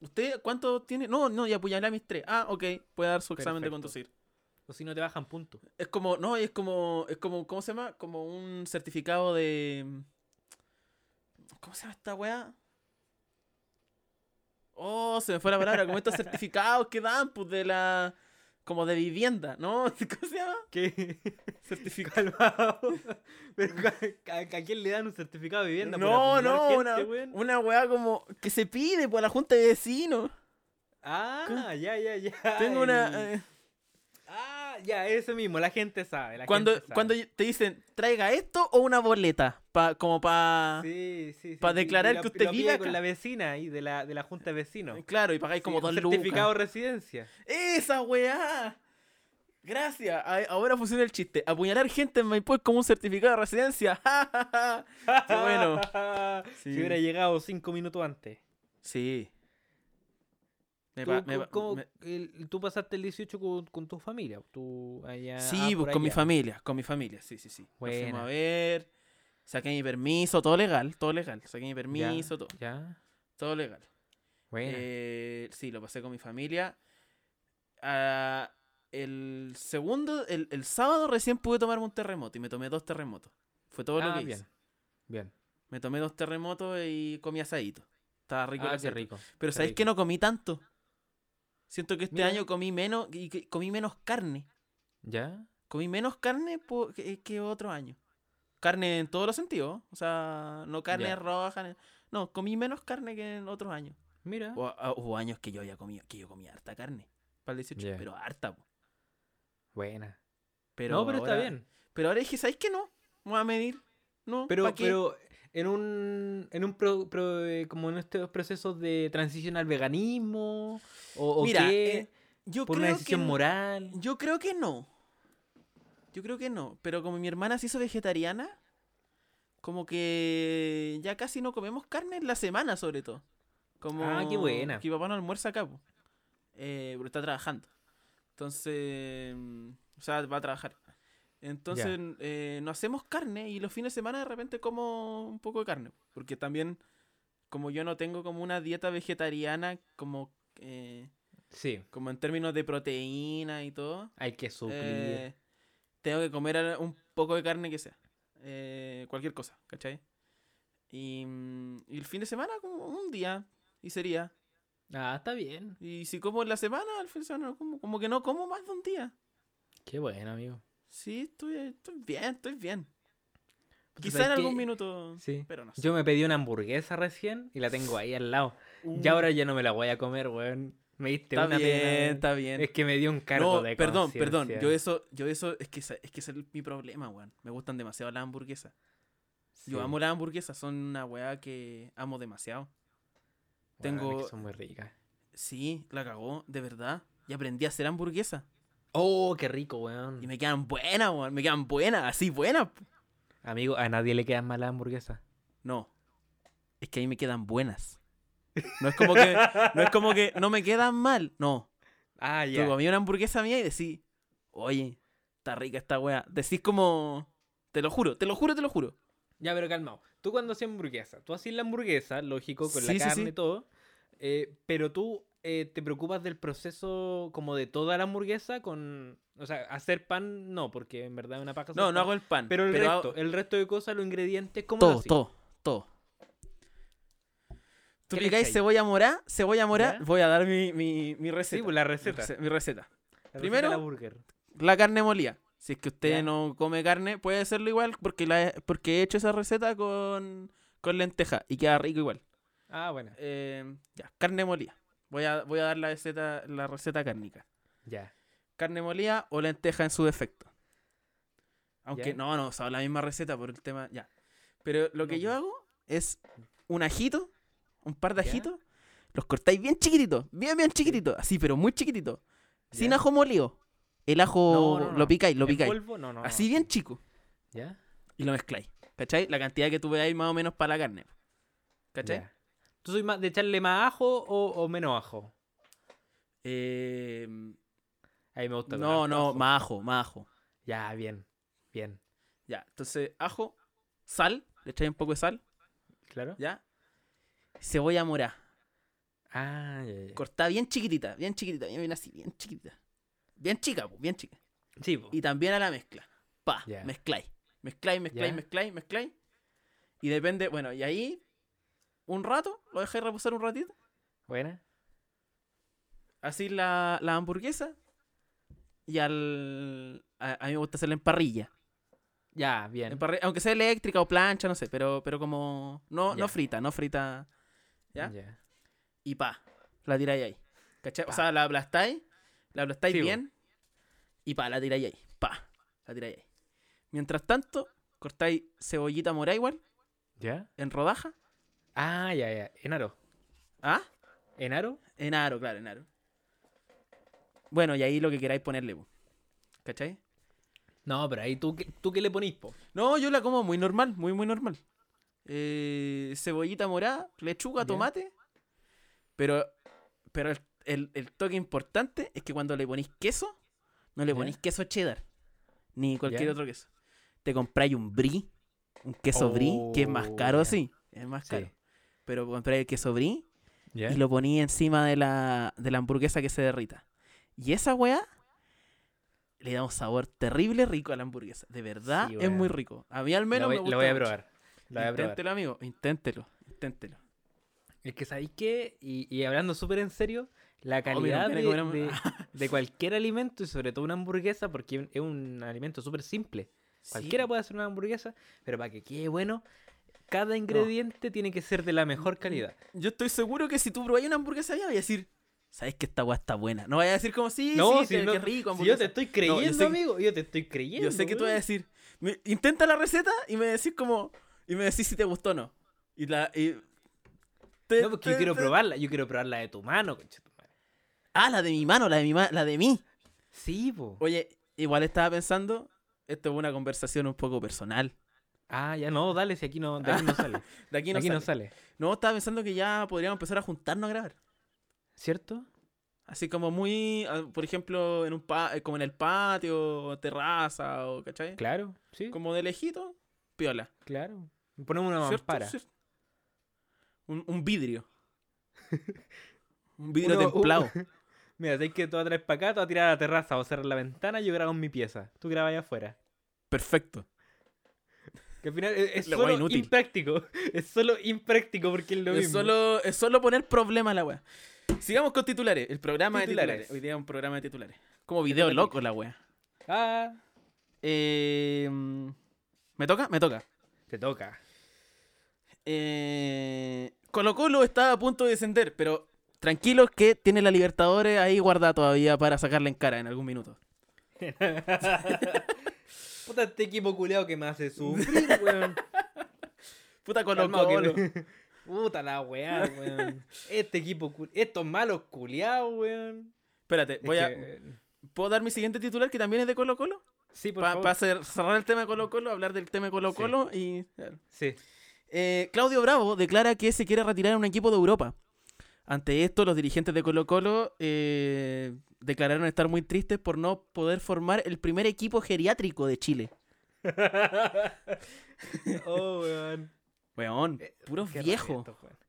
A: ¿Usted cuánto tiene? No, no, y apuñalar a mis tres. Ah, ok, puede dar su examen de
B: Perfecto.
A: conducir.
B: O si no te bajan punto.
A: Es como, no, es como, es como, ¿cómo se llama? Como un certificado de. ¿Cómo se llama esta weá? Oh, se me fue la palabra. Como estos certificados que dan, pues de la. Como de vivienda, ¿no? ¿Cómo se llama?
B: ¿Qué?
A: Certificado.
B: Calmado. Pero ¿a, a- a quién le dan un certificado de vivienda? por
A: No,
B: apuñalar
A: no,
B: gente,
A: una,
B: weón?
A: una weá como que se pide por la junta de vecinos.
B: Ah, ya, ya, ya.
A: Tengo
B: el-
A: una. eh,
B: Ah, ya, eso mismo, la gente sabe. la
A: cuando
B: gente sabe.
A: cuando te dicen, traiga esto o una boleta, pa, como para.
B: Sí, sí, sí,
A: pa'
B: sí, y
A: declarar
B: la-
A: que usted
B: lo pide
A: vive acá.
B: con la vecina y de la, de la junta de vecinos.
A: eh, Claro, y pagáis
B: Sí,
A: como
B: un
A: dos
B: certificado
A: lucas.
B: de residencia.
A: ¡Esa weá! Gracias. A- Ahora funciona el chiste. Apuñalar gente en Maipú es como un certificado de residencia. ¡Ja, ja, ja! Qué bueno. Sí.
B: Si hubiera llegado cinco minutos antes.
A: Sí. Me
B: ¿Tú,
A: pa- me
B: co-
A: pa-
B: cómo-
A: me-
B: el- tú pasaste el 18 con, con tu familia. Tú allá, ah,
A: Sí, pues,
B: por
A: con mi
B: allá.
A: familia, con mi familia, sí, sí, sí. Nos fuimos
B: Buena.
A: a ver, saqué mi permiso, todo legal, todo legal. Saqué mi
B: Ya,
A: permiso, todo,
B: Ya,
A: todo legal.
B: bueno.
A: Eh, sí, lo pasé con mi familia. Ah, el segundo, el, el sábado recién pude tomarme un terremoto y me tomé dos terremotos. Fue todo lo
B: Ah,
A: que
B: bien.
A: hice.
B: Bien.
A: Me tomé dos terremotos y comí asadito. Estaba rico el
B: Ah, qué
A: asadito.
B: rico.
A: Pero
B: qué
A: ¿sabéis que
B: rico.
A: no comí tanto? Siento que este
B: Mira.
A: año comí menos y que- comí menos carne.
B: ¿Ya?
A: Comí menos carne po- que, que otro año. Carne en todos los sentidos. ¿eh? O sea, no carne
B: Ya.
A: roja. ni- No, comí menos carne que en otros años.
B: Mira.
A: O- a- Hubo años que yo había comido, que yo comía harta carne. Para el 18,
B: Ya.
A: pero harta. po.
B: Buena.
A: Pero
B: no, pero
A: ahora-
B: está bien.
A: Pero ahora dije, ¿sabes qué no? Me voy a medir. No,
B: Pero,
A: ¿pa' qué?
B: pero en un, en un pro- pro- eh, como en estos procesos de transición al veganismo o, o
A: Mira,
B: qué,
A: eh, yo
B: por una
A: creo que
B: decisión
A: n-
B: moral.
A: Yo creo que no. Yo creo que no. Pero como mi hermana se hizo vegetariana, como que ya casi no comemos carne en la semana, sobre todo. Como
B: Ah, qué buena.
A: Que mi papá no almuerza acá, po. Eh, pero está trabajando. Entonces, mm, o sea, va a trabajar. Entonces, eh, no hacemos carne y los fines de semana de repente como un poco de carne. Porque también, como yo no tengo como una dieta vegetariana, como, eh,
B: Sí,
A: como en términos de proteína y todo.
B: hay que suplir.
A: Eh, tengo que comer al- un poco de carne que sea. Eh, cualquier cosa, ¿cachai? Y, mm, y el fin de semana, como un día, y sería.
B: Ah, está bien.
A: Y si como en la semana, al fin de semana no como. Como que no como más de un día.
B: Qué bueno, amigo.
A: Sí, estoy, estoy bien, estoy bien.
B: Puta,
A: Quizá en
B: ¿sabes
A: algún
B: qué?
A: minuto.
B: Sí.
A: Pero no sé.
B: Yo me pedí una hamburguesa recién y la tengo ahí al lado. Y ahora ya no me la voy a comer, weón. Me diste
A: Mm. Uh, está
B: una
A: bien,
B: pena. eh.
A: está bien.
B: Es que me dio un cargo
A: no,
B: de
A: perdón, perdón.
B: conciencia.
A: Yo eso, yo eso, es que, esa- es que ese es mi problema, weón. Me gustan demasiado las hamburguesas. Yo
B: Sí.
A: amo las hamburguesas, son una weá que amo demasiado.
B: Weón, es que
A: tengo-
B: son muy ricas.
A: Sí, la cagó, de verdad. Y aprendí a hacer hamburguesas.
B: Oh, qué rico, weón.
A: Y me quedan buenas, weón. Me quedan buenas, así buenas. po.
B: Amigo, a nadie le quedan malas hamburguesas.
A: No. Es que ahí me quedan buenas. No es como que no, es como que no me quedan mal. No.
B: Ah,
A: Tú
B: ya.
A: comí una hamburguesa mía y decís, oye, está rica esta weá. Decís como, te lo juro, te lo juro, te lo juro.
B: Ya, pero calmado. Tú cuando hacías hamburguesa, tú hacías la hamburguesa, lógico, con
A: Sí, sí,
B: la carne
A: sí.
B: y todo, eh, pero tú eh, te preocupas del proceso como de toda la hamburguesa con... O sea, hacer pan no, porque en verdad es una paja. hacer
A: No, no
B: pan,
A: hago el pan.
B: Pero el
A: hago-
B: resto, el resto de cosas, los ingredientes, ¿cómo lo
A: todo,
B: hacís?
A: todo, todo. Tú
B: ¿Qué le
A: picáis
B: echáis?
A: cebolla morá, cebolla morá,
B: ¿Ya?
A: voy a dar mi, mi, mi receta.
B: Sí, pues la receta.
A: Mi receta.
B: receta
A: Primero-
B: de la burger.
A: La carne molida. Si es que usted
B: Ya.
A: no come carne, puede hacerlo igual porque, la, porque he hecho esa receta con, con lenteja y queda rico igual.
B: Ah, bueno.
A: Eh, ya, carne molida. Voy a, voy a dar la receta, la receta cárnica.
B: Ya.
A: Carne molida o lenteja en su defecto. Aunque
B: Ya.
A: no, no, o sea, la misma receta por el tema, ya. Pero lo que
B: No,
A: yo
B: pues.
A: hago es un ajito, un par de
B: Ya.
A: ajitos, los cortáis bien chiquititos, bien, bien chiquititos, así, pero muy chiquititos. Sin
B: Ya.
A: ajo molido. El ajo
B: No, no, no.
A: lo picáis, lo
B: ¿En
A: picáis.
B: polvo? No, no,
A: Así
B: no.
A: bien chico.
B: ¿Ya?
A: Y lo mezcláis. ¿Cachai? La cantidad que tú veáis más o menos para la carne. ¿Cachai?
B: Ya. ¿Tú soy más de echarle más ajo o, o menos ajo?
A: Eh,
B: A mí me gusta. con
A: no,
B: harto
A: no,
B: ajo.
A: más ajo, más ajo.
B: Ya, bien. Bien.
A: Ya, entonces ajo, sal, le echáis un poco de sal,
B: ¿Claro?
A: ¿ya? Cebolla morada.
B: Ah, ya, ya.
A: Cortada bien chiquitita, bien chiquitita, bien, bien así, bien chiquitita. Bien chica, po, bien chica.
B: Sí, po.
A: Y también a la mezcla. Pa,
B: Ya.
A: mezcláis. Mezcláis, mezcláis,
B: Ya.
A: mezcláis, mezcláis. Y depende, bueno, y ahí un rato, lo dejáis reposar un ratito.
B: Buena.
A: así la, la hamburguesa y al a, a mí me gusta hacerla en parrilla.
B: Ya, bien.
A: En parri- aunque sea eléctrica o plancha, no sé, pero pero como no
B: Ya.
A: no frita, no frita, ¿ya?
B: Ya.
A: Y pa, la tiráis ahí. ¿Cachai? O
B: Pa.
A: sea, la aplastáis, la aplastáis
B: Sí, bo.
A: bien y pa, la tiráis ahí. Pa, la tiráis ahí. Mientras tanto, cortáis cebollita morada igual
B: ¿Ya?
A: en rodaja,
B: Ah, ya, ya. Enaro.
A: ¿ah?
B: ¿Enaro?
A: En aro, claro, en aro. Bueno, y ahí lo que queráis ponerle, bo. ¿cachai?
B: No, pero ahí tú, qué- tú qué le ponís, po.
A: No, yo la como muy normal, muy, muy normal. Eh, cebollita morada, lechuga,
B: Ya.
A: tomate. Pero, pero el, el- el toque importante es que cuando le ponís queso, no le
B: Ya.
A: ponís queso cheddar, ni cualquier
B: Ya.
A: otro queso. Te compráis un brie, un queso brie, que es más
B: Oh,
A: caro,
B: ya.
A: sí, es más
B: Sí.
A: caro. Pero compráis el queso brie
B: ¿Ya?
A: y lo ponís encima de la, de la hamburguesa que se derrita. Y esa weá le da un sabor terrible rico a la hamburguesa. De verdad,
B: Sí,
A: es muy
B: weón.
A: rico. A mí al menos
B: lo voy,
A: me
B: lo
A: gusta.
B: voy a
A: mucho.
B: probar. Lo voy a probar.
A: Inténtelo, amigo. Inténtelo. Inténtelo.
B: Es que sabéis qué, y, y hablando súper en serio, la
A: Oh, mira,
B: calidad
A: viene
B: de,
A: con una-
B: de- de cualquier alimento y sobre todo una hamburguesa, porque es un- es un alimento súper simple. Cualquiera puede hacer una hamburguesa, pero para que quede bueno, cada ingrediente tiene que ser de la mejor calidad.
A: Yo estoy seguro que si tú probáis una hamburguesa allá, vas a decir, ¿sabes que esta weá está buena? No vayas a decir como, sí, sí,
B: si
A: te-
B: no-
A: qué rico,
B: si yo te
A: hamburguesa".
B: estoy creyendo,
A: sé que-
B: amigo, yo te estoy creyendo.
A: Yo sé que tú vas a
B: weón.
A: decir, "Me- intenta la receta y me decís como, y me decís si te gustó o no. Y la... y- te-
B: No, porque
A: te-
B: yo quiero
A: te-
B: probarla, yo quiero probarla de tu mano, conchetumare.
A: Ah, la de mi mano, la de mi ma- la de mí.
B: Sí, po.
A: Oye, igual estaba pensando, esto es una conversación un poco personal.
B: Ah, ya no, dale, si aquí no, de Ah, aquí no sale.
A: De aquí
B: De
A: no,
B: aquí no
A: sale.
B: sale.
A: No, estaba pensando que ya podríamos empezar a juntarnos a grabar.
B: ¿Cierto?
A: Así como muy, ah, por ejemplo, en un pa eh, como en el patio, o terraza, o ¿cachai?
B: Claro, sí,
A: Como de lejito, piola.
B: claro. Ponemos una
A: ¿Cierto?
B: mampara.
A: ¿Cierto? Un, un vidrio. un vidrio
B: Uno- u-
A: templado.
B: Mira, sabes que tú vas a traer para acá, tú vas a tirar a la terraza o cerrar la ventana, yo grabo en mi pieza. Tú grabas allá afuera.
A: Perfecto.
B: Que al final es, es
A: La wea
B: solo
A: inútil.
B: impráctico. Es solo impráctico porque es lo
A: Es
B: mismo.
A: solo, es solo poner problema a la wea. Sigamos con titulares. El programa de
B: Titulares.
A: titulares. Hoy día un programa de titulares. Como video loco la wea.
B: Ah,
A: Eh, mm, ¿Me toca? Me toca.
B: te toca.
A: Eh, Colo Colo está a punto de descender, pero tranquilos que tiene la Libertadores ahí guardada todavía para sacarla en cara en algún minuto.
B: Puta este equipo culeado que me hace sufrir, weón.
A: Puta Colo
B: Calmado
A: Colo.
B: que me- Puta la weá, weón. Este equipo, cu- estos malos culeados, weón.
A: Espérate,
B: Es
A: voy a...
B: que-
A: ¿puedo dar mi siguiente titular que también es de Colo Colo?
B: Sí, por
A: Para
B: favor.
A: cerrar el tema de Colo Colo, hablar del tema de Colo
B: Sí.
A: Colo y...
B: Sí.
A: Eh, Claudio Bravo declara que se quiere retirar a un equipo de Europa. Ante esto, los dirigentes de Colo Colo declararon estar muy tristes por no poder formar el primer equipo geriátrico de Chile.
B: oh, weón.
A: Weón,
B: Eh,
A: puros
B: Qué rabia
A: viejos.
B: estos weones.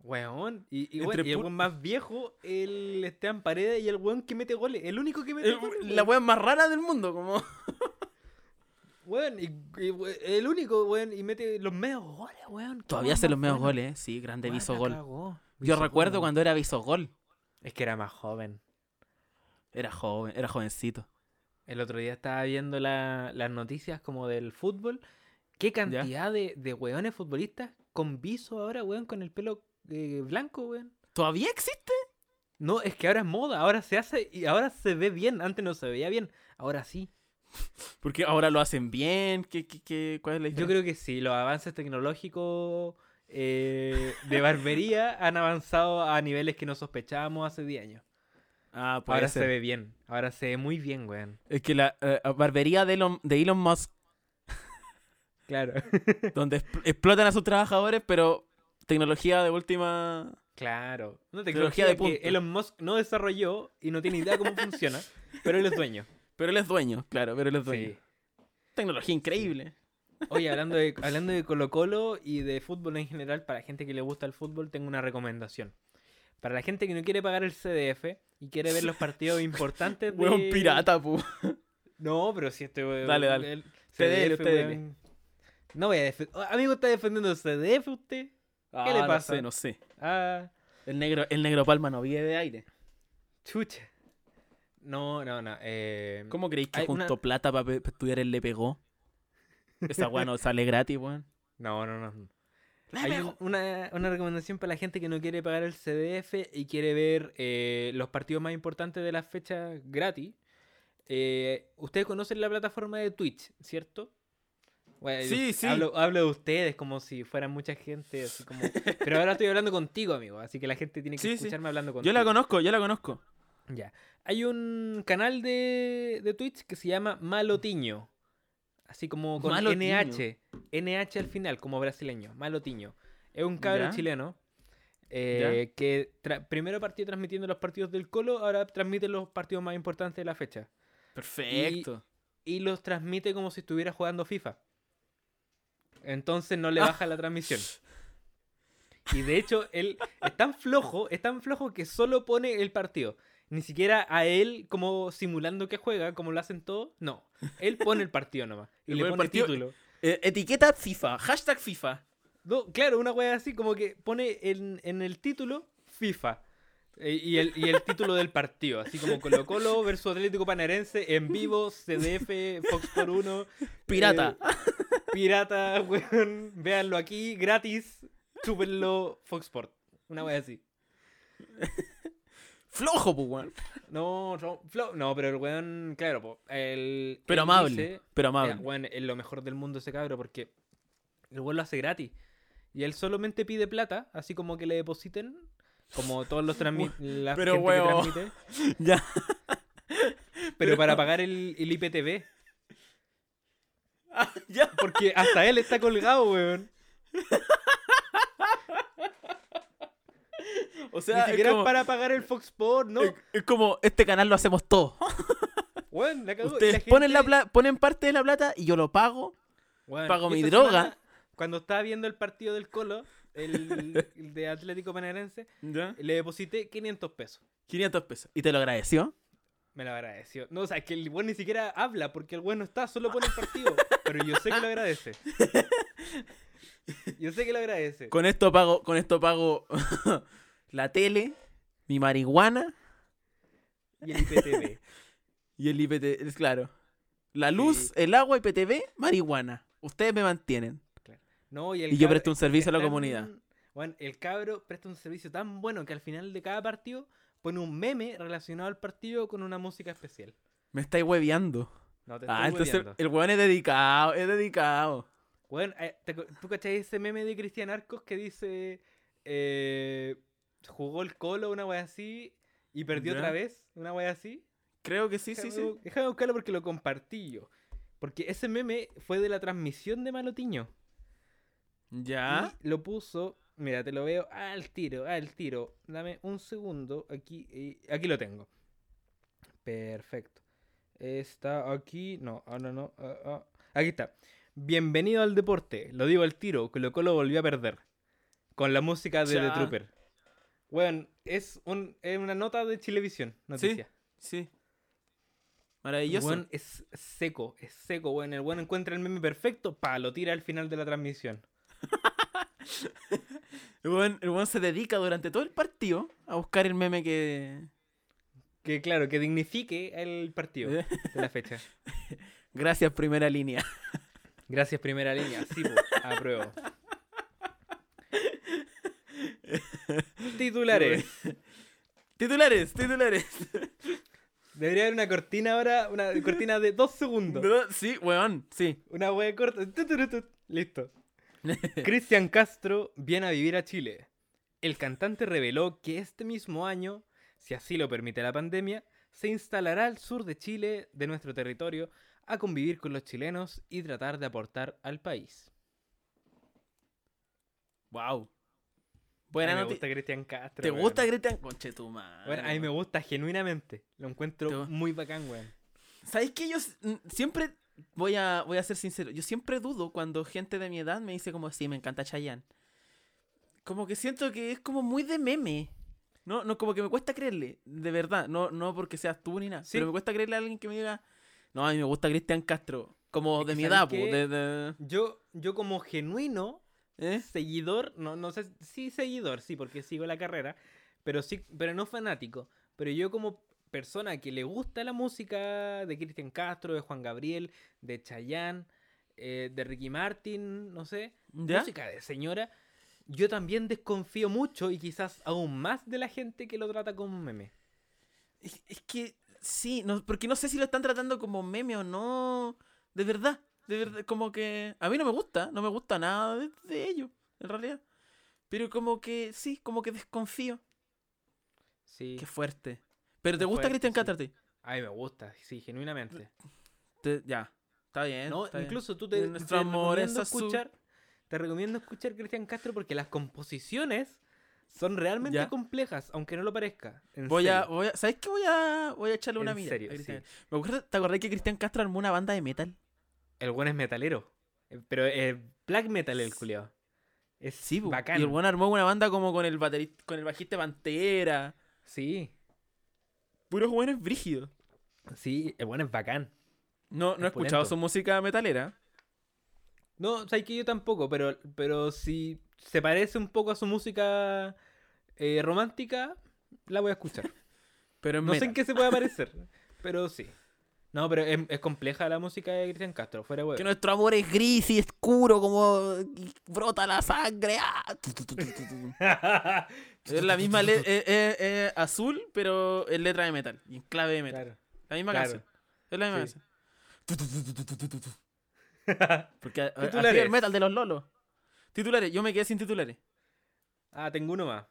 B: Weón. Y, y,
A: Entre
B: bueno, y el
A: pu-
B: weón más viejo, el Esteban Paredes y el weón que mete goles. El único que mete
A: El-
B: goles.
A: la wea más rara del mundo, como.
B: Weón, y- y we- el único, weón, y mete los medios goles, weón. Qué
A: Todavía
B: weón
A: hace
B: más
A: los medios
B: bueno.
A: goles, ¿eh? sí, grande
B: Weón, la
A: visogol.
B: cagó.
A: Yo
B: Visogol,
A: recuerdo
B: weón.
A: cuando era visogol.
B: Es que era más joven.
A: Era joven, era jovencito.
B: El otro día estaba viendo la- las noticias como del fútbol. ¿Qué cantidad de, de weones futbolistas con viso ahora, weón, con el pelo eh, blanco, weón?
A: ¿Todavía existe?
B: No, es que ahora es moda, ahora se hace y ahora se ve bien. Antes no se veía bien, ahora sí.
A: Porque ahora lo hacen bien. ¿Qué, qué, qué, ¿Cuál es la
B: Yo
A: diferencia?
B: creo que sí, los avances tecnológicos eh, de barbería han avanzado a niveles que no sospechábamos hace 10 años.
A: Ah, puede
B: Ahora
A: ser.
B: se ve bien, ahora se ve muy bien, weón.
A: Es que la eh, barbería de Elon, de Elon Musk,
B: Claro.
A: donde expl- explotan a sus trabajadores, pero tecnología de última.
B: Claro. Una tecnología,
A: Tecnología de
B: que
A: punta.
B: Elon Musk no desarrolló y no tiene idea cómo funciona, pero él es dueño.
A: Pero él es dueño, claro, pero él es dueño.
B: Sí.
A: Tecnología increíble.
B: Oye, hablando de, hablando de Colo Colo y de fútbol en general, para la gente que le gusta el fútbol, tengo una recomendación. Para la gente que no quiere pagar el CDF y quiere ver los partidos importantes de...
A: Weón pirata, pu.
B: No, pero si este weón...
A: Dale, dale.
B: el
A: Usted dele,
B: CDF,
A: usted dele.
B: weón. No voy a defender... Amigo, ¿está defendiendo el CDF usted?
A: Ah,
B: le
A: No
B: pasa?
A: sé, no sé.
B: Ah...
A: El negro, el negro palma no vive de aire.
B: Chucha. No, no, no. Eh...
A: ¿Cómo creéis que
B: Hay una-
A: junto plata para estudiar él le pegó? Esa weá no sale gratis, weón.
B: No, no, no.
A: Le
B: Hay
A: pegó.
B: un- una, una recomendación para la gente que no quiere pagar el CDF y quiere ver eh, los partidos más importantes de la fecha gratis. Eh, ustedes conocen la plataforma de Twitch, ¿cierto? Bueno,
A: Sí, sí.
B: Hablo, hablo de ustedes como si fueran mucha gente, así como... Pero ahora estoy hablando contigo, amigo, así que la gente tiene que
A: Sí, sí.
B: escucharme hablando contigo.
A: Yo la conozco, yo la conozco.
B: Ya. Hay un canal de, de Twitch que se llama Malotiño. Así como con
A: Malotiño.
B: NH. NH al final, como brasileño. Malotiño. Es un cabro
A: Ya.
B: chileno eh, que tra- primero partió transmitiendo los partidos del Colo, ahora transmite los partidos más importantes de la fecha.
A: Perfecto.
B: Y los transmite como si estuviera jugando FIFA. Entonces no le baja la transmisión. Y de hecho, él es tan flojo, es tan flojo que solo pone el partido. Ni siquiera a él como simulando que juega, como lo hacen todos. No, él pone el partido nomás. Y
A: Él
B: le
A: pone el
B: pone
A: partido-
B: título.
A: Eh, etiqueta FIFA, hashtag FIFA.
B: No, claro, una wea así como que pone en, en el título FIFA. eh, Y el, y el título del partido, así como Colo Colo versus Atlético Panarense en vivo, CDF, Fox por 1.
A: Pirata.
B: pirata, weón. Véanlo aquí, gratis. Chúpenlo, Foxport. Una wea así.
A: Flojo, pues, weón.
B: No, no, flo- no, pero el weón, claro, po, el, él
A: Pero amable,
B: dice, eh,
A: pero amable.
B: weón, es lo mejor del mundo ese cabro porque el weón lo hace gratis. Y él solamente pide plata, así como que le depositen, como todos los transmi- la
A: pero
B: gente que
A: weón.
B: transmite,
A: Ya.
B: pero para pagar el, el IPTV.
A: Ah, ya.
B: Porque hasta él está colgado, weón.
A: O sea,
B: Ni
A: es
B: siquiera es
A: como,
B: para pagar el Fox Sport, no.
A: es- es como, este canal lo hacemos todos. ¿ah?
B: Weón, la cagó. Y
A: Ustedes
B: la
A: ponen, la
B: gente-
A: pla- ponen parte de la plata y yo lo pago.
B: Weón,
A: Pago
B: y
A: mi
B: esta
A: droga.
B: semana, cuando estaba viendo el partido del Colo, el, el de Atlético Panarense,
A: ¿Ya?
B: le deposité 500 pesos.
A: 500 pesos. ¿Y te lo agradeció?
B: Me lo agradeció. No, o sea, que el buen ni siquiera habla porque el buen no está, solo pone el partido. Pero yo sé que lo agradece. Yo sé que lo agradece.
A: Con esto pago, con esto pago la tele, mi marihuana
B: Y el IPTV.
A: y el IPT, es claro. La luz, el agua, IPTV, marihuana. Ustedes me mantienen.
B: No, y el
A: Y yo
B: cabro-
A: presto un servicio a la
B: tan-
A: comunidad.
B: Bueno, el cabro presta un servicio tan bueno que al final de cada partido pone un meme relacionado al partido con una música especial.
A: Me estáis hueveando.
B: No te estoy
A: Ah, entonces
B: hueveando.
A: el weón es dedicado, es dedicado.
B: Bueno, eh, ¿tú cachai ese meme de Cristian Arcos que dice eh, jugó el colo una wea así y perdió
A: Ya.
B: otra vez? Una wea así.
A: Creo que sí, sí,
B: Déjame,
A: sí.
B: bu- déjame buscarlo porque lo compartí yo. Porque ese meme fue de la transmisión de Malotiño.
A: Ya.
B: Y lo puso. Mira, te lo veo al tiro, al tiro. Dame un segundo. Aquí, eh, aquí lo tengo. Perfecto. Está aquí. No, ah, no, no. ah, ah. Aquí está. Bienvenido al deporte. Lo digo al tiro. Colo Colo volvió a perder. Con la música de
A: Ya.
B: The Trooper. Bueno, es, un, es una nota de Chilevisión. Noticia.
A: Sí.
B: El
A: Maravilloso.
B: weón es seco, es seco, weón. El weón encuentra el meme perfecto, pa, lo tira al final de la transmisión.
A: El weón, el weón se dedica durante todo el partido a buscar el meme que,
B: Que claro, que dignifique el partido de
A: Eh.
B: la fecha.
A: Gracias, primera línea.
B: Gracias, primera línea. Sí, po, apruebo. Titulares.
A: Titulares, titulares.
B: Debería haber una cortina ahora, una cortina de dos segundos.
A: No, sí, weón, sí.
B: Una wea corta. Tu, tu, tu, tu. Listo. Cristian Castro viene a vivir a Chile. El cantante reveló que este mismo año, si así lo permite la pandemia, se instalará al sur de Chile, de nuestro territorio, a convivir con los chilenos y tratar de aportar al país. a
A: Wow. Buena
B: mí me
A: noticia.
B: gusta Cristian Castro.
A: ¿Te
B: weón.
A: gusta Cristian? Conche tu madre,
B: Bueno, a mí me
A: weón.
B: gusta genuinamente. Lo encuentro
A: Ah, Te gu-
B: muy bacán, weón.
A: ¿Sabes qué? Yo s- n- siempre voy a, voy a ser sincero. Yo siempre dudo cuando gente de mi edad me dice como, sí, me encanta Chayanne. Como que siento que es como muy de meme. No, no, como que me cuesta creerle, de verdad. No, no porque seas tú ni nada.
B: Sí.
A: Pero me cuesta creerle a alguien que me diga, no, a mí me gusta Cristian Castro. Como
B: Es
A: de
B: que
A: mi
B: ¿sabes
A: edad, po,
B: qué?
A: de- de-
B: Yo, yo como genuino
A: ¿eh?
B: seguidor, no, no sé, sí seguidor, sí, porque sigo la carrera, pero sí, pero no fanático. Pero yo como persona que le gusta la música de Cristian Castro, de Juan Gabriel, de Chayanne, eh, de Ricky Martin, no sé,
A: ¿Ya?
B: música de señora, yo también desconfío mucho y quizás aún más de la gente que lo trata como un meme.
A: Es, es que sí, no, porque no sé si lo están tratando como meme o no. De verdad, de verdad, como que a mí no me gusta, no me gusta nada de, de ello, en realidad. Pero como que sí, como que desconfío.
B: Sí,
A: Qué fuerte. Pero te
B: Qué
A: gusta
B: fuerte,
A: Cristian
B: sí.
A: Castro, a ti?
B: a mí me gusta, sí, genuinamente.
A: Te- ya, está bien.
B: No,
A: está bien.
B: incluso tú te,
A: Nuestro
B: te
A: amor
B: recomiendo
A: es azul.
B: escuchar. Te recomiendo escuchar Cristian Castro porque las composiciones son realmente
A: Ya.
B: complejas, aunque no lo parezca. En
A: Voy a,
B: serio.
A: voy a, ¿sabes qué? Voy a, voy a echarle una
B: En
A: mirada.
B: serio,
A: a Cristian.
B: sí.
A: Me acuerdo, ¿te acordás que Cristian Castro armó una banda de metal?
B: El buen es metalero. eh, Pero es black metal el culiao. Es
A: Sí, po,
B: bacán.
A: y el buen armó una banda como con el baterista, con el bajista de Pantera.
B: Sí,
A: Puros buenos brígidos.
B: sí, el buen es bacán.
A: No, no he escuchado
B: Opulento.
A: su música metalera.
B: No, sabes que yo tampoco, pero, pero si se parece un poco a su música eh, romántica, la voy a escuchar.
A: Pero en
B: No sé
A: metal.
B: en qué se puede parecer, pero sí. No, pero es, es compleja la música de Cristian Castro, fuera huevo.
A: Que nuestro amor es gris y oscuro, como y brota la sangre. ah. es la misma letra, eh, azul, pero es letra de metal, y en clave de metal.
B: Claro.
A: La misma
B: claro.
A: canción. Es la misma
B: Sí.
A: canción. Porque a- a- así es
B: Titulares.
A: el metal de los lolos. Titulares, yo me quedé sin titulares.
B: Ah, tengo uno más.
A: Ya,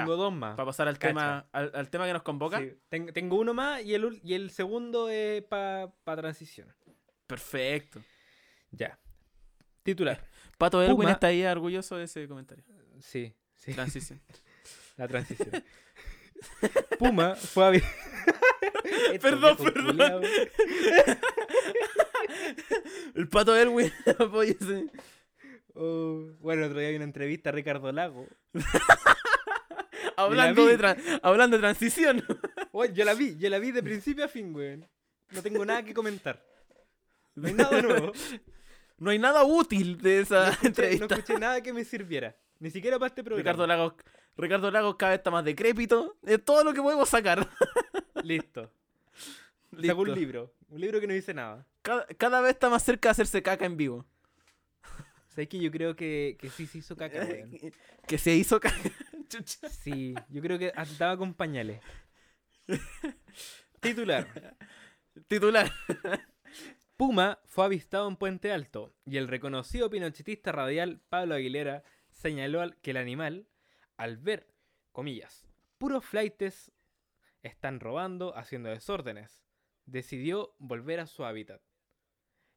B: Tengo dos más.
A: Para pasar al
B: Cacha.
A: tema, al, al tema que nos convoca.
B: Sí, ten- tengo uno más y el, ul- y el segundo es para transición.
A: Perfecto.
B: Ya. Titular.
A: Pato Elwin
B: Puma.
A: está ahí orgulloso de ese comentario.
B: Sí, sí.
A: Transición.
B: La transición. Puma fue a vi- Este
A: Perdón,
B: viejo
A: perdón.
B: culiao.
A: el pato Elwin apoya ese-
B: Oh, bueno, el otro día vi una entrevista a Ricardo Lago.
A: Hablando
B: vi.
A: de, tran- hablando de transición.
B: Oh, yo la vi, yo la vi de principio a fin, weón. No tengo nada que comentar. No hay nada nuevo.
A: No hay nada útil de esa
B: No escuché, no
A: entrevista.
B: escuché nada que me sirviera. Ni siquiera para este programa.
A: Ricardo Lagos, Ricardo Lagos cada vez está más decrépito. Es todo lo que podemos sacar.
B: Listo. Sacó
A: Listo.
B: un libro. Un libro que no dice nada.
A: Cada, cada vez está más cerca de hacerse caca en vivo.
B: ¿Sabes que yo creo que, que sí se hizo caca, weón?
A: que se hizo caca. Chucha.
B: Sí, yo creo que andaba con pañales. Titular.
A: Titular.
B: Puma fue avistado en Puente Alto y el reconocido pinochetista radial Pablo Aguilera señaló al- que el animal, al ver, comillas, puros flaites están robando, haciendo desórdenes, decidió volver a su hábitat.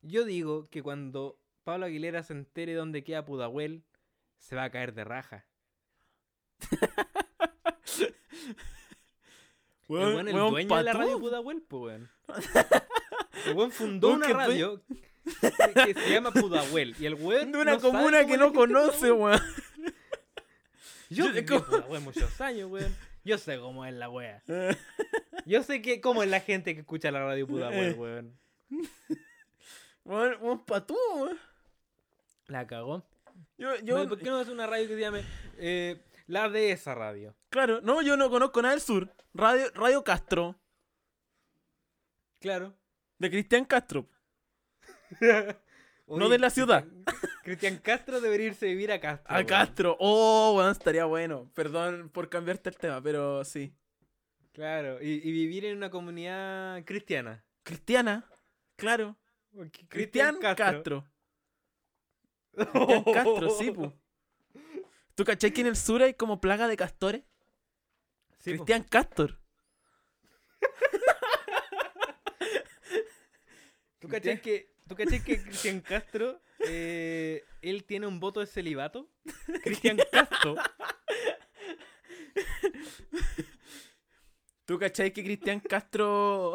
B: Yo digo que cuando Pablo Aguilera se entere dónde queda Pudahuel, se va a caer de raja. El weón, el
A: Weón
B: dueño de la
A: patú.
B: radio Pudahuel, po, weón. El weón fundó
A: Weón,
B: una
A: que due-
B: radio que, que se llama Pudahuel. Y el weón.
A: De una
B: no sabe
A: comuna
B: cómo la
A: que no
B: gente
A: conoce,
B: Pudahuel.
A: weón.
B: Yo
A: Yo-
B: viví en
A: ¿cómo?
B: Pudahuel muchos años, weón. Yo sé cómo es la wea. Yo sé que cómo es la gente que escucha la radio
A: Eh.
B: Pudahuel, weón.
A: Weón, weón patú, weón.
B: La cagó.
A: Yo, yo,
B: ¿Por qué no hace una radio que se llame eh, La de esa radio.
A: Claro, no, yo no conozco nada del sur. Radio, Radio Castro,
B: Claro.
A: de Cristian Castro. No de la ciudad.
B: Cristian Castro debería irse a vivir a Castro.
A: A
B: weón.
A: Ah, Castro. Oh, weón, estaría bueno. Perdón por cambiarte el tema, pero sí.
B: Claro. Y, y vivir en una comunidad cristiana.
A: Cristiana, claro.
B: Porque
A: Cristian Castro. Cristian Castro, sí, pu. ¿Tú cachai que en el sur hay como plaga de castores?
B: Sí, po.
A: Cristian Castor.
B: ¿Tú cachai que, tú cachai que Cristian Castro, eh, él tiene un voto de celibato? Cristian Castro.
A: ¿Tú cachai que Cristian Castro.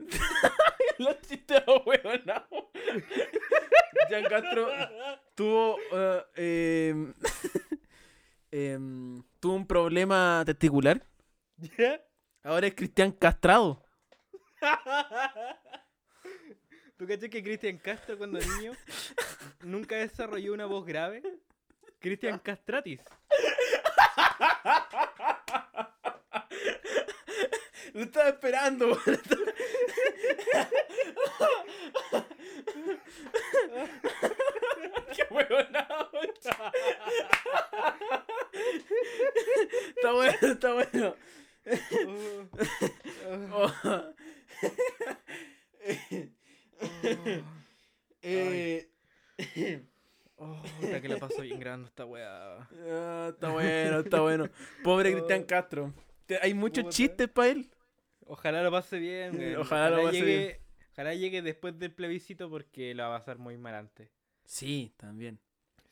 A: Los chistes ahueonados. Cristian Castro tuvo. eh, em, em, tuvo un problema testicular.
B: ¿Ya?
A: Ahora es Cristian Castrado.
B: ¿Tú cachai que Cristian Castro cuando niño nunca desarrolló una voz grave? Cristian Castratis.
A: Lo estaba esperando, weón. Qué huevonado. Está bueno, está bueno.
B: Oh, oh,
A: Oh. oh. Eh,
B: oh, puta que la paso bien grabando esta weá.
A: ah, está bueno, está bueno. Pobre Cristian
B: Oh.
A: Castro. Te- Hay muchos
B: Puta.
A: chistes para él.
B: Ojalá lo pase bien. weón.
A: Ojalá lo pase
B: llegue, Ojalá llegue después del plebiscito porque lo va a pasar muy mal antes.
A: Sí, también.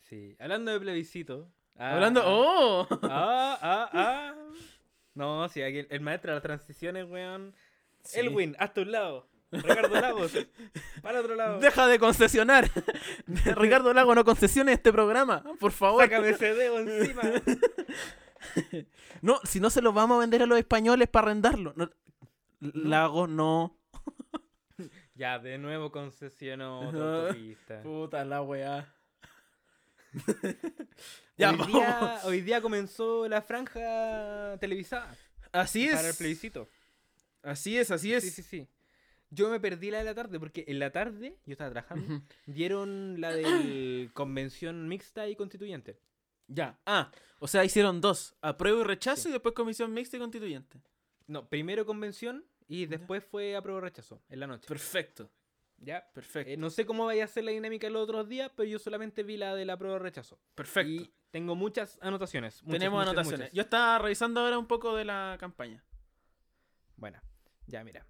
B: Sí. Hablando de plebiscito. ah,
A: Hablando.
B: ah,
A: ¡Oh!
B: Ah, ah, ah. No, sí, aquí el, el maestro de las transiciones, weón.
A: Sí.
B: Elwin, hasta un lado. Ricardo Lagos, para otro lado.
A: Deja de concesionar. Ricardo Lago, no concesione este programa, por favor.
B: Sácame ese dedo encima.
A: No, si no se los vamos a vender a los españoles para arrendarlo. No, Lago, no.
B: ya, de nuevo concesionó
A: Ajá.
B: otra autopista.
A: Puta la weá. ya,
B: Hoy
A: vamos.
B: día, hoy día comenzó la franja televisada
A: Así
B: para el
A: es.
B: plebiscito.
A: Así es, así es.
B: Sí, sí, sí. Yo me perdí la de la tarde porque en la tarde, yo estaba trabajando,
A: Ujú.
B: dieron la de convención mixta y constituyente.
A: Ya. Ah, o sea, hicieron dos. Apruebo y rechazo
B: Sí.
A: y después comisión mixta y constituyente.
B: No, primero convención y después fue apruebo rechazo en la noche.
A: Perfecto,
B: Ya.
A: perfecto,
B: Eh, no sé cómo vaya a ser la dinámica los otros días, pero yo solamente vi la de la prueba rechazo.
A: perfecto.
B: Y tengo muchas anotaciones. muchas,
A: Tenemos
B: muchas,
A: anotaciones.
B: muchas.
A: Yo estaba revisando ahora un poco de la campaña.
B: Bueno, ya mira.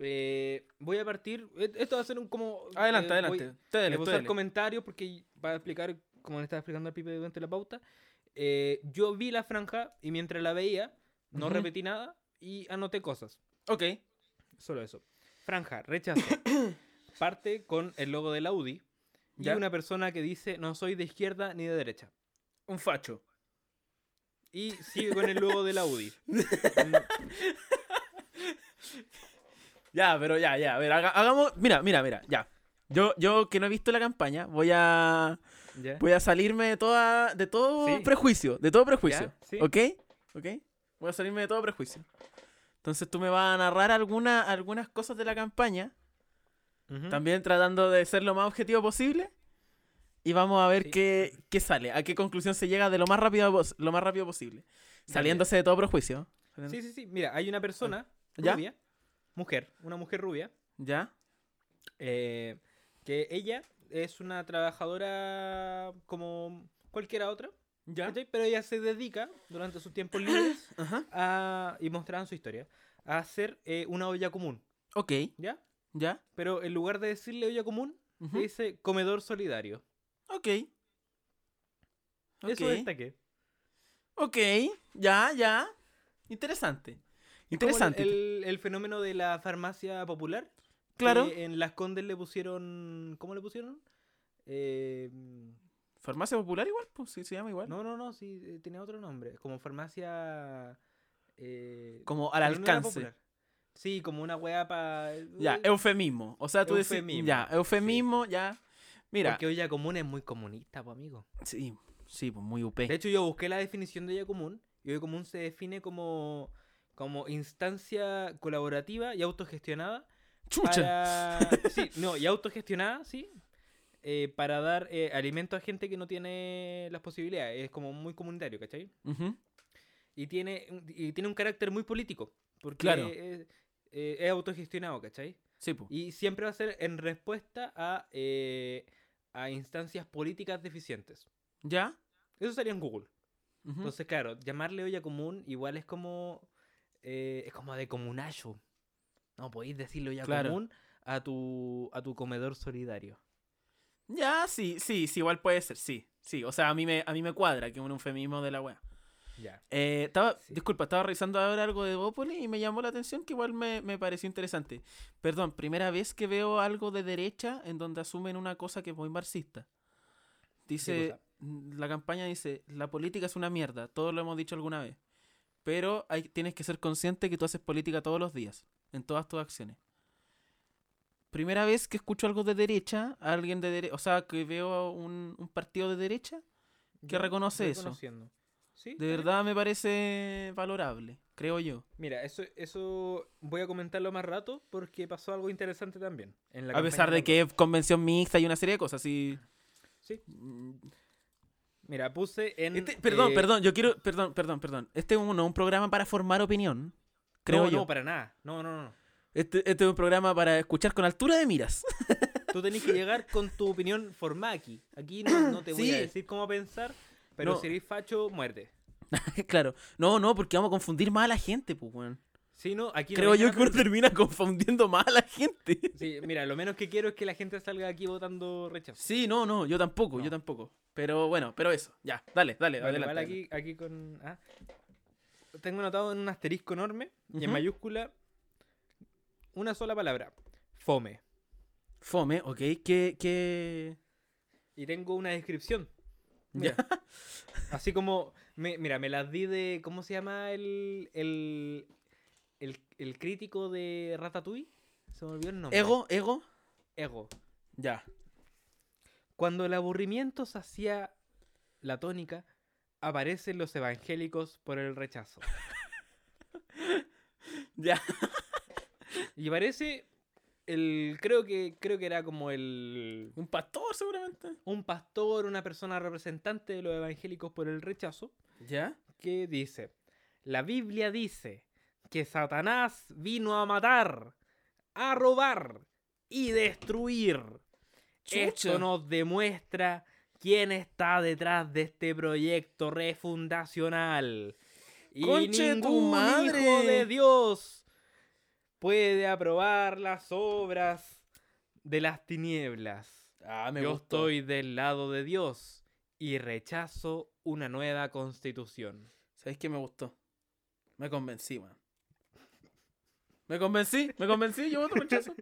B: Eh, voy a partir. e- Esto va a ser un como.
A: Adelante,
B: eh, voy-
A: adelante. Te
B: Le
A: dele,
B: voy
A: tú
B: a usar
A: dele.
B: comentarios porque va a explicar, como le estaba explicando al Pipe durante la pauta. eh, yo vi la franja y mientras la veía, no
A: Ujú.
B: repetí nada y anoté cosas.
A: Ok.
B: Solo eso. Franja, rechazo. Parte con el logo de la UDI y
A: Ya.
B: una persona que dice: No soy de izquierda ni de derecha.
A: Un facho.
B: Y sigue con el logo de la UDI.
A: Ya, pero ya, ya. A ver, haga- hagamos. Mira, mira, mira, ya. Yo, yo que no he visto la campaña, voy a.
B: ¿Ya?
A: Voy a salirme de toda. de todo
B: Sí.
A: prejuicio. De todo prejuicio.
B: Ya, sí.
A: ¿Ok? ¿Ok? Voy a salirme de todo prejuicio. Entonces tú me vas a narrar alguna, algunas cosas de la campaña.
B: Ujú.
A: También tratando de ser lo más objetivo posible. Y vamos a ver
B: Sí.
A: qué, qué sale, a qué conclusión se llega de lo más rápido, pos- lo más rápido posible.
B: Dale.
A: Saliéndose de todo prejuicio.
B: Sí, sí, sí. Mira, hay una persona
A: Ah, ¿Ya?
B: rubia, mujer, una mujer rubia,
A: ¿Ya?
B: eh, que ella es una trabajadora como cualquiera otra,
A: ¿Ya?
B: ¿cachai? pero ella se dedica durante sus tiempos libres
A: Ajá.
B: a, y mostraban su historia, a hacer eh, una olla común,
A: Ok.
B: ¿ya?
A: ¿Ya?
B: Pero en lugar de decirle olla común,
A: Ujú.
B: le dice comedor solidario.
A: Ok.
B: Eso
A: Ok.
B: destaqué.
A: Ok, ya, ya. Interesante.
B: Como el-
A: Interesante.
B: el- el fenómeno de la farmacia popular.
A: Claro.
B: que en Las Condes le pusieron. ¿Cómo le pusieron? Eh,
A: Farmacia popular igual, pues sí, se llama igual.
B: no, no, no, sí, eh, tenía otro nombre. Como farmacia. eh,
A: Como al
B: pero no era
A: alcance.
B: popular. Sí, como una eh, weá para.
A: ya, eh, eufemismo. O sea, tú decís.
B: Eufemismo,
A: Ya,
B: sí.
A: eufemismo, ya. Mira.
B: Porque olla común es muy comunista, pues, amigo.
A: Sí, Sí, pues muy UP.
B: De hecho, yo busqué la definición de olla común y olla común se define como, como instancia colaborativa y autogestionada.
A: ¡Chucha!
B: para- Sí, no, y autogestionada, sí. eh, para dar eh, alimento a gente que no tiene las posibilidades. Es como muy comunitario, ¿cachai?
A: Ujú.
B: Y tiene, un- y tiene un carácter muy político. Porque
A: Claro.
B: es, eh, es autogestionado, ¿cachai?
A: Sí, pues.
B: Y siempre va a ser en respuesta a, eh, a instancias políticas deficientes.
A: ¿Ya?
B: Eso sería en Google.
A: Ujú.
B: Entonces, claro, llamarle olla común igual es como. eh, es como de comunacho. No podéis decirle olla
A: Claro.
B: común a tu, a tu comedor solidario.
A: Ya, sí, sí, sí, igual puede ser, sí. Sí, o sea, a mí me, a mí me cuadra que es un eufemismo de la wea.
B: Ya.
A: Eh, estaba,
B: Sí.
A: Disculpa, estaba revisando ahora algo de Bópoli y me llamó la atención que igual me, me pareció interesante. Perdón, primera vez que veo algo de derecha en donde asumen una cosa que es muy marxista. Dice,
B: cosa?
A: mm, la campaña dice, la política es una mierda, todos lo hemos dicho alguna vez, pero hay, tienes que ser consciente que tú haces política todos los días, en todas tus acciones. Primera vez que escucho algo de derecha, alguien de dere- o sea, que veo un, un partido de derecha, que reconoce eso.
B: Reconociendo. Sí, está
A: de
B: bien.
A: verdad me parece valorable, creo yo.
B: Mira, eso, eso voy a comentarlo más rato porque pasó algo interesante también. en la
A: A
B: campaña
A: pesar de
B: Pablo.
A: que es convención mixta y una serie de cosas, sí.
B: Sí.
A: Mm,
B: Mira, puse en.
A: este- perdón,
B: eh,
A: perdón, yo quiero. Perdón, perdón, perdón. Este es un, un programa para formar opinión. Creo
B: no,
A: yo.
B: No, para nada. No, no, no.
A: Este, este es un programa para escuchar con altura de miras.
B: Tú tenés que llegar con tu opinión formada aquí. Aquí no, no te voy a
A: Sí.
B: decir cómo pensar, pero
A: No.
B: si eres facho, muerte.
A: claro. No, no, porque vamos a confundir más a la gente, pues, weón.
B: Si no, aquí no
A: Creo
B: hay
A: yo
B: nada
A: que uno
B: por-
A: termina confundiendo más a la gente.
B: Sí, mira, lo menos que quiero es que la gente salga aquí votando rechazo.
A: Sí, no, no, yo tampoco,
B: No.
A: yo tampoco. Pero bueno, pero eso. Ya, dale, dale,
B: Vale,
A: adelante.
B: vale, aquí, aquí con. ah. Tengo anotado en un asterisco enorme y en
A: Ujú.
B: mayúscula una sola palabra: fome.
A: adelante. Fome, ok, que. que...
B: Y tengo una descripción.
A: Ya.
B: Mira. Así como. me- mira, me las di de. ¿Cómo se llama el. el, el, el crítico de Ratatouille? Se me olvidó el nombre.
A: Ego, ego.
B: Ego.
A: Ya.
B: Cuando el aburrimiento sacia la tónica, aparecen los evangélicos por el rechazo.
A: Ya.
B: Y parece el creo que creo que era como el
A: Un pastor seguramente.
B: un pastor, una persona representante de los evangélicos por el rechazo,
A: ¿Ya?
B: que dice, la Biblia dice que Satanás vino a matar, a robar y destruir. Esto
A: Chucha.
B: nos demuestra quién está detrás de este proyecto refundacional. Y
A: ¡Conche tu
B: ningún hijo
A: madre!
B: de Dios puede aprobar las obras de las tinieblas.
A: Ah,
B: Yo estoy del lado de Dios y rechazo una nueva constitución.
A: ¿Sabéis qué me gustó? Me convencí, man. Me convencí, me convencí, yo voto rechazo.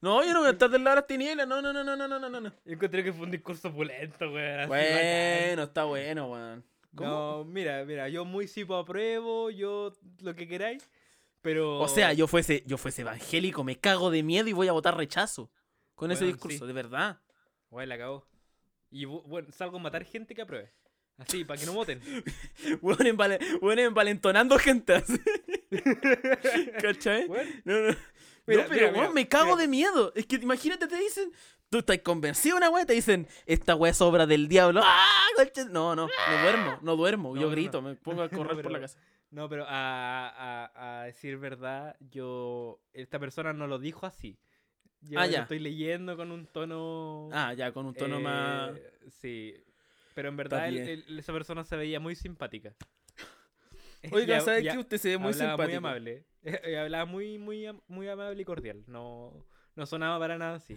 A: No, yo no voy a estar del lado de las tinieblas. No, no, no, no, no, no, no, no.
B: Yo encontré que fue un discurso opulento, weón. así bacán.
A: Bueno, está bueno, weón. ¿Cómo?
B: No, mira, mira, yo muy sipo apruebo, yo lo que queráis, pero...
A: O sea, yo fuese, yo fuese evangélico, me cago de miedo y voy a votar rechazo. Con ese
B: Weón,
A: discurso,
B: sí.
A: de verdad.
B: Bueno, la cagó. Y bu- bueno, salgo a matar gente que apruebe. Así, para que no voten.
A: Weón, envale- weón envalentonando gente. así. ¿Cachai?
B: Bueno,
A: No, no.
B: Mira,
A: no, pero
B: mira,
A: weón,
B: mira,
A: me cago
B: mira.
A: de miedo. Es que imagínate, te dicen, tú estás convencido de una weá, te dicen, esta weá es obra del diablo. ¡Ah, conche-! No, no, no duermo, no duermo.
B: No,
A: yo
B: no,
A: grito, me pongo a correr por la
B: pero-
A: casa.
B: no, pero a, a- a decir verdad, yo... Esta persona no lo dijo así. Yo
A: Ah,
B: lo
A: ya.
B: estoy leyendo con un tono...
A: Ah, ya, con un tono más.
B: eh, Sí. Pero en verdad el-
A: bien.
B: el- esa persona se veía muy simpática.
A: Oiga,
B: Eh, Ya-
A: ¿sabes
B: ya
A: qué? Usted se ve muy
B: hablaba
A: simpático.
B: Muy amable. Eh, hablaba muy, muy, am- muy amable y cordial. No, no sonaba para nada así.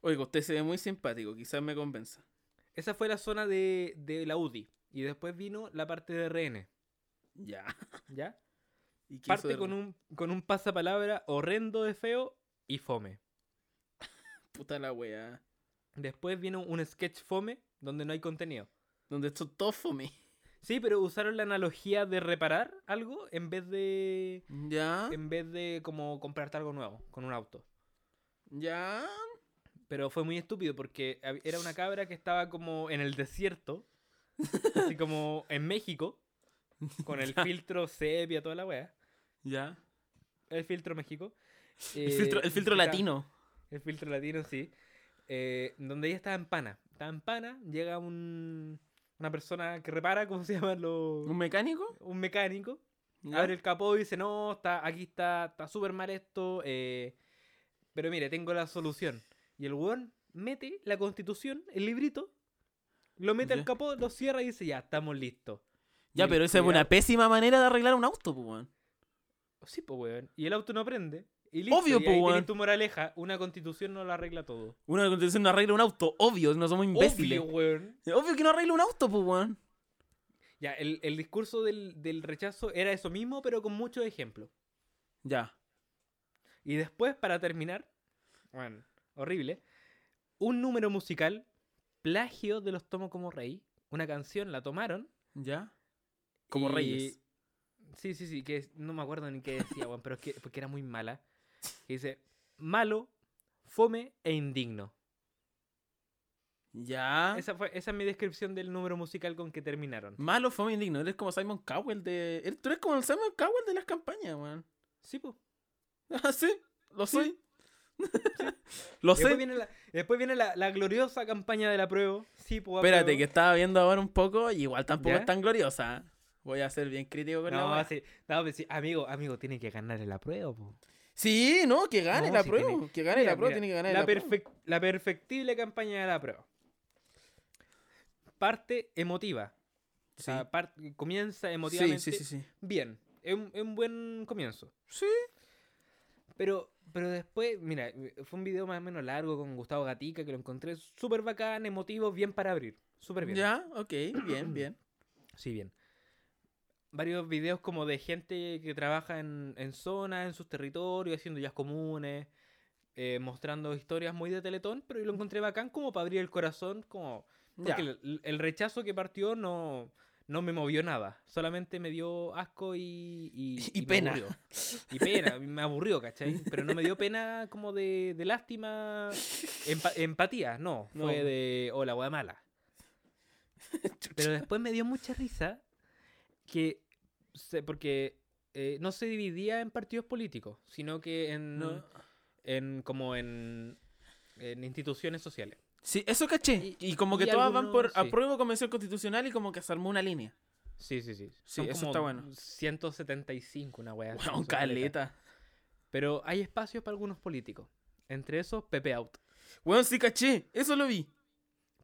A: Oiga, usted se ve muy simpático, quizás me convenza.
B: Esa fue la zona de, de la UDI. Y después vino la parte de RN.
A: Ya.
B: ¿Ya?
A: ¿Y qué
B: Parte
A: hizo
B: con
A: de-
B: un, con un pasapalabra horrendo de feo y fome.
A: Puta la weá.
B: Después vino un sketch fome donde no hay contenido.
A: Donde esto todo fome.
B: Sí, pero usaron la analogía de reparar algo en vez de.
A: Ya.
B: en vez de como comprarte algo nuevo con un auto.
A: Ya.
B: Pero fue muy estúpido porque hab- era una cabra que estaba como en el desierto Así como en México, con el filtro sepia, toda la wea.
A: Ya.
B: El filtro México.
A: El
B: eh,
A: filtro, el filtro
B: está-
A: latino.
B: El filtro latino, sí. Eh, donde ella estaba en pana. Estaba en pana, llega un, una persona que repara, ¿cómo se llama? Los,
A: ¿Un mecánico?
B: un mecánico.
A: Ya.
B: Abre el capó y dice, no, está, aquí está, está súper mal esto. eh, pero mire, tengo la solución. Y el weón mete la constitución, el librito, lo mete al
A: Ya.
B: capó, lo cierra y dice, ya, estamos listos. Y
A: Ya,
B: el
A: pero esa es una
B: culiao-
A: pésima manera de arreglar un auto, pues, weón.
B: Sí, po, weón. Y el auto no prende. Y listo,
A: Obvio,
B: y
A: po,
B: ahí
A: weón.
B: tienes tu moraleja, una constitución no lo arregla todo.
A: Una constitución no arregla un auto, obvio, no somos imbéciles.
B: Obvio, weón.
A: Obvio, que no arregla un auto, pues, weón.
B: Ya, el, el discurso del, del rechazo era eso mismo, pero con muchos ejemplos.
A: Ya.
B: Y después, para terminar, bueno, horrible, un número musical, plagio de los Tomo como Rey, una canción la tomaron.
A: Ya. Como
B: y-
A: reyes.
B: Sí, sí, sí, que es- no me acuerdo ni qué decía, weón, pero es que, porque era muy mala. Que dice, malo, fome e indigno.
A: Ya.
B: Esa, fue, esa es mi descripción del número musical con que terminaron.
A: Malo, fome, indigno. Eres como Simon Cowell de. eres- Tú eres como el Simon Cowell de las campañas, weón.
B: Sí, pues.
A: Ah, sí, lo
B: Sí.
A: soy. lo
B: Después
A: sé.
B: viene, la, después viene la, la gloriosa campaña de la prueba. Sí, pues.
A: Espérate, que estaba viendo ahora un poco y igual tampoco
B: ¿Ya?
A: es tan gloriosa. Voy a ser bien crítico con la
B: No,
A: weá.
B: sí, no, pero sí, amigo, amigo, tiene que ganar el apruebo, po.
A: Sí, no, que gane
B: No,
A: la
B: sí
A: prueba.
B: tiene-
A: Que gane
B: Mira,
A: la prueba,
B: mira,
A: tiene que ganar
B: la,
A: la prueba.
B: perfec- la perfectible campaña de la prueba. Parte emotiva. O sea,
A: Sí.
B: par- comienza ah, emotivamente.
A: Sí, sí, sí, sí.
B: Bien. Es un, es un buen comienzo.
A: Sí.
B: Pero, pero después, mira, fue un video más o menos largo con Gustavo Gatica que lo encontré súper bacán, emotivo, bien para abrir. Súper bien.
A: Ya, ok, bien, bien.
B: Sí, bien. Varios videos como de gente que trabaja en, en zonas, en sus territorios, haciendo ya comunes, eh, mostrando historias muy de Teletón, pero yo lo encontré bacán como para abrir el corazón, como...
A: Ya.
B: Porque el, el rechazo que partió no, no me movió nada, solamente me dio asco y... Y,
A: Y
B: me
A: pena.
B: aburrió. Y pena, me aburrió, ¿cachai? Pero no me dio pena como de, de lástima, empa- empatía, no,
A: No.
B: fue de... Hola, la wea mala. Pero después me dio mucha risa que. se- porque eh, no se dividía en partidos políticos, sino que en.
A: No.
B: en como en. en instituciones sociales.
A: Sí, eso caché.
B: Y-
A: Y, como que
B: y
A: todas van por
B: algunos, sí.
A: apruebo convención constitucional y como que se armó una línea.
B: Sí, sí, sí.
A: Sí, eso está bueno.
B: 175, una wea. así,
A: Weón,
B: son caletas.
A: caleta.
B: Pero hay espacios para algunos políticos. Entre esos, Pepe Out.
A: Weón, sí caché. Eso lo vi.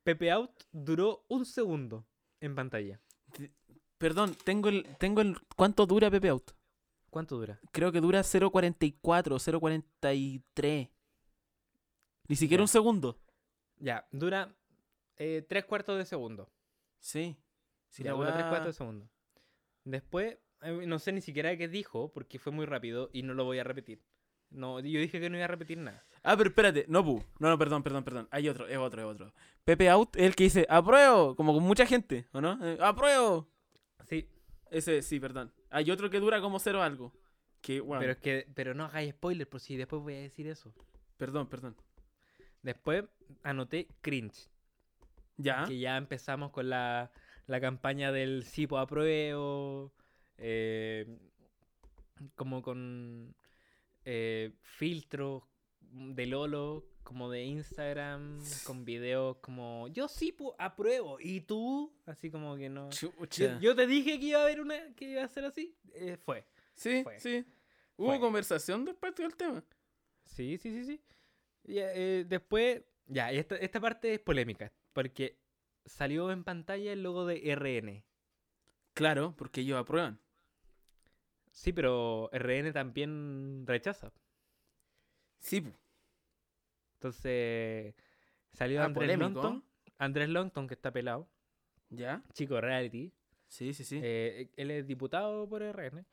B: Pepe Out duró un segundo en pantalla.
A: Perdón, tengo el, tengo el. ¿Cuánto dura Pepe Out?
B: ¿Cuánto dura?
A: Creo que dura 0.44, 0.43. Ni siquiera
B: Ya.
A: un segundo.
B: Ya, dura eh, tres cuartos de segundo.
A: Sí.
B: Si
A: Sí,
B: la
A: la
B: dura 3
A: weá-
B: cuartos segundos. Después, eh, no sé ni siquiera qué dijo, porque fue muy rápido y no lo voy a repetir. No, yo dije que no iba a repetir nada.
A: Ah, pero espérate. No, pu. No, no, perdón, perdón, perdón. Hay otro, es otro, es otro. Pepe Out es el que dice, apruebo. Como con mucha gente, ¿o no? Eh, apruebo.
B: Sí,
A: Ese, sí, perdón. Hay otro que dura como cero algo. Que, weón.
B: pero es que pero no hagáis spoiler por si después voy a decir eso.
A: Perdón, perdón.
B: Después anoté cringe,
A: Ya.
B: que ya empezamos con la, la campaña del Sipo apruebo, eh, como con eh, filtros de Lolo, como de Instagram, con videos como yo sí pu- apruebo y tú, así como que no.
A: Chucha.
B: Yo, yo te dije que iba a haber una que iba a ser así, eh, fue.
A: sí,
B: fue.
A: sí. Hubo
B: Fue.
A: conversación después del tema.
B: Sí, sí, sí, sí. Ya, eh, después, ya, y esta, esta parte es polémica, porque salió en pantalla el logo de RN.
A: Claro, porque ellos aprueban.
B: Sí, pero RN también rechaza.
A: Sí,
B: pues.
A: pu.
B: Entonces, salió
A: Ah,
B: Andrés
A: polémico.
B: Longton. Andrés Longton, que está pelado,
A: Ya.
B: chico de reality.
A: Sí, sí, sí.
B: eh, él es diputado por RN.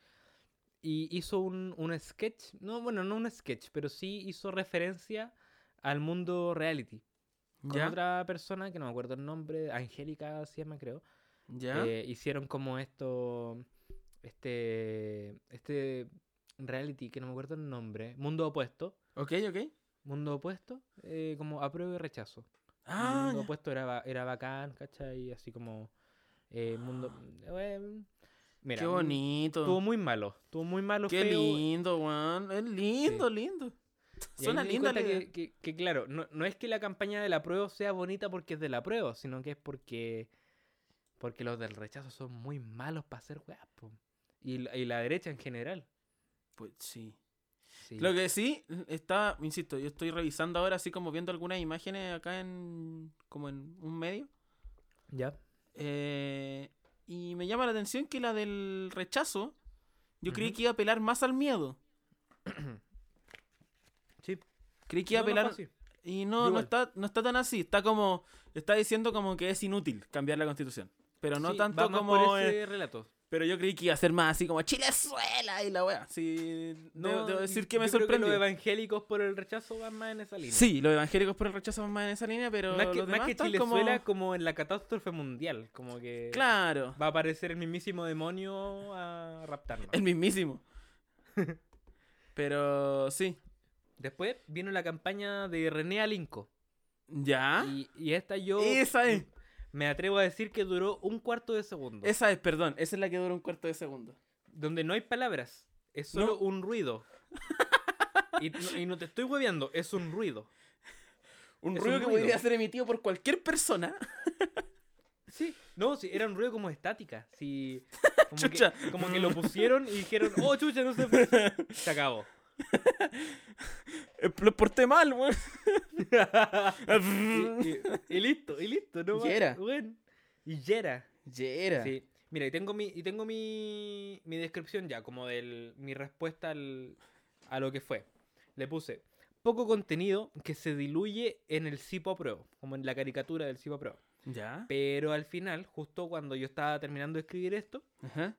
B: Y hizo un, un sketch. No, bueno, no un sketch, pero sí hizo referencia al mundo reality. Con
A: ya.
B: otra persona que no me acuerdo el nombre, Angélica se llama, creo.
A: Ya.
B: eh, hicieron como esto. Este. Este reality que no me acuerdo el nombre. Mundo opuesto.
A: ok, ok.
B: Mundo opuesto, eh, como apruebo y rechazo. Y
A: Ah,
B: mundo
A: ya.
B: opuesto era, ba- era bacán, ¿cachai? Así como Eh, mundo... eh, mira,
A: Ah. Qué
B: mm,
A: bonito.
B: Estuvo muy malo. Estuvo muy malo.
A: Qué
B: feo,
A: lindo, weón. Es lindo,
B: Sí.
A: lindo.
B: Y ahí
A: Suena
B: me di
A: linda la
B: cuenta
A: idea.
B: que, que- que, claro, no, no es que la campaña de la prueba sea bonita porque es de la prueba, sino que es porque porque los del rechazo son muy malos para hacer weas, po. Y, la- y la derecha en general.
A: Pues sí.
B: Sí.
A: Lo que sí, está, insisto, yo estoy revisando ahora así como viendo algunas imágenes acá en como en un medio.
B: Ya.
A: eh, y me llama la atención que la del rechazo, yo creí
B: Ujú.
A: que iba a apelar más al miedo.
B: Sí.
A: Creí que iba a
B: No, no fue
A: apelar...
B: así.
A: y
B: Yo
A: no, no
B: igual.
A: está, no está tan así. Está como... Está diciendo como que es inútil cambiar la constitución. Pero no
B: Sí, va
A: tanto
B: más
A: como...
B: por
A: eh,
B: ese relato.
A: Pero yo creí que iba a ser más así como Chilezuela y la wea. Sí,
B: No,
A: debo, debo decir que me
B: yo creo
A: sorprendió.
B: los evangélicos por el rechazo van más en esa línea.
A: Sí, los evangélicos por el rechazo van más en esa línea, pero
B: Más que,
A: los demás
B: más que
A: están
B: Chilezuela, como...
A: como...
B: en la catástrofe mundial. Como que
A: Claro,
B: va a aparecer el mismísimo demonio a raptarnos.
A: el mismísimo. pero sí,
B: Después vino la campaña de René Alinco.
A: ya.
B: Y, y esta yo
A: Esa ¿Ah? es,
B: me atrevo a decir que duró un cuarto de segundo.
A: esa es, perdón, esa es la que dura un cuarto de segundo.
B: Donde no hay palabras. Es solo
A: No.
B: un ruido. y, no, y no te estoy hueveando, es un ruido.
A: Un
B: Es
A: ruido
B: un
A: que
B: ruido.
A: podría ser emitido por cualquier persona.
B: Sí. No, sí, era un ruido como estática. Sí, como
A: Chucha.
B: Que, como que lo pusieron y dijeron, oh, chucha, no se fue. Se acabó.
A: Eh, Lo porté mal, weón.
B: y, y- y listo, y listo. No más.
A: Y era.
B: Bueno. Y ya era.
A: Yera.
B: Sí. Mira, y tengo mi, y tengo mi, mi descripción ya, como del, mi respuesta al, a lo que fue. Le puse poco contenido que se diluye en el Cipo Pro, como en la caricatura del Cipo Pro.
A: ¿Ya?
B: Pero al final, justo cuando yo estaba terminando de escribir esto,
A: Ajá.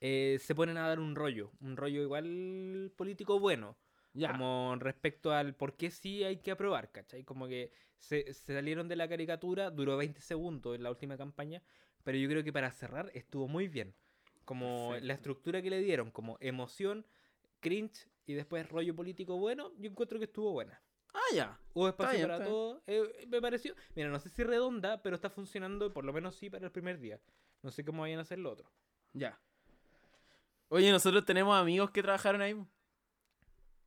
B: eh, se ponen a dar un rollo, un rollo igual político bueno,
A: Ya.
B: como respecto al por qué sí hay que aprobar, ¿cachai? Como que se, se salieron de la caricatura, duró 20 segundos en la última campaña, pero yo creo que para cerrar estuvo muy bien. Como la
A: Perfecto.
B: estructura que le dieron, como emoción, cringe y después rollo político bueno, yo encuentro que estuvo buena.
A: Ah, ya.
B: Hubo espacio
A: bien,
B: para
A: está bien.
B: todo. eh, me pareció, mira, no sé si redonda, pero está funcionando, por lo menos sí, para el primer día. No sé cómo vayan a hacer lo otro.
A: Ya. Oye, nosotros tenemos amigos que trabajaron ahí. po.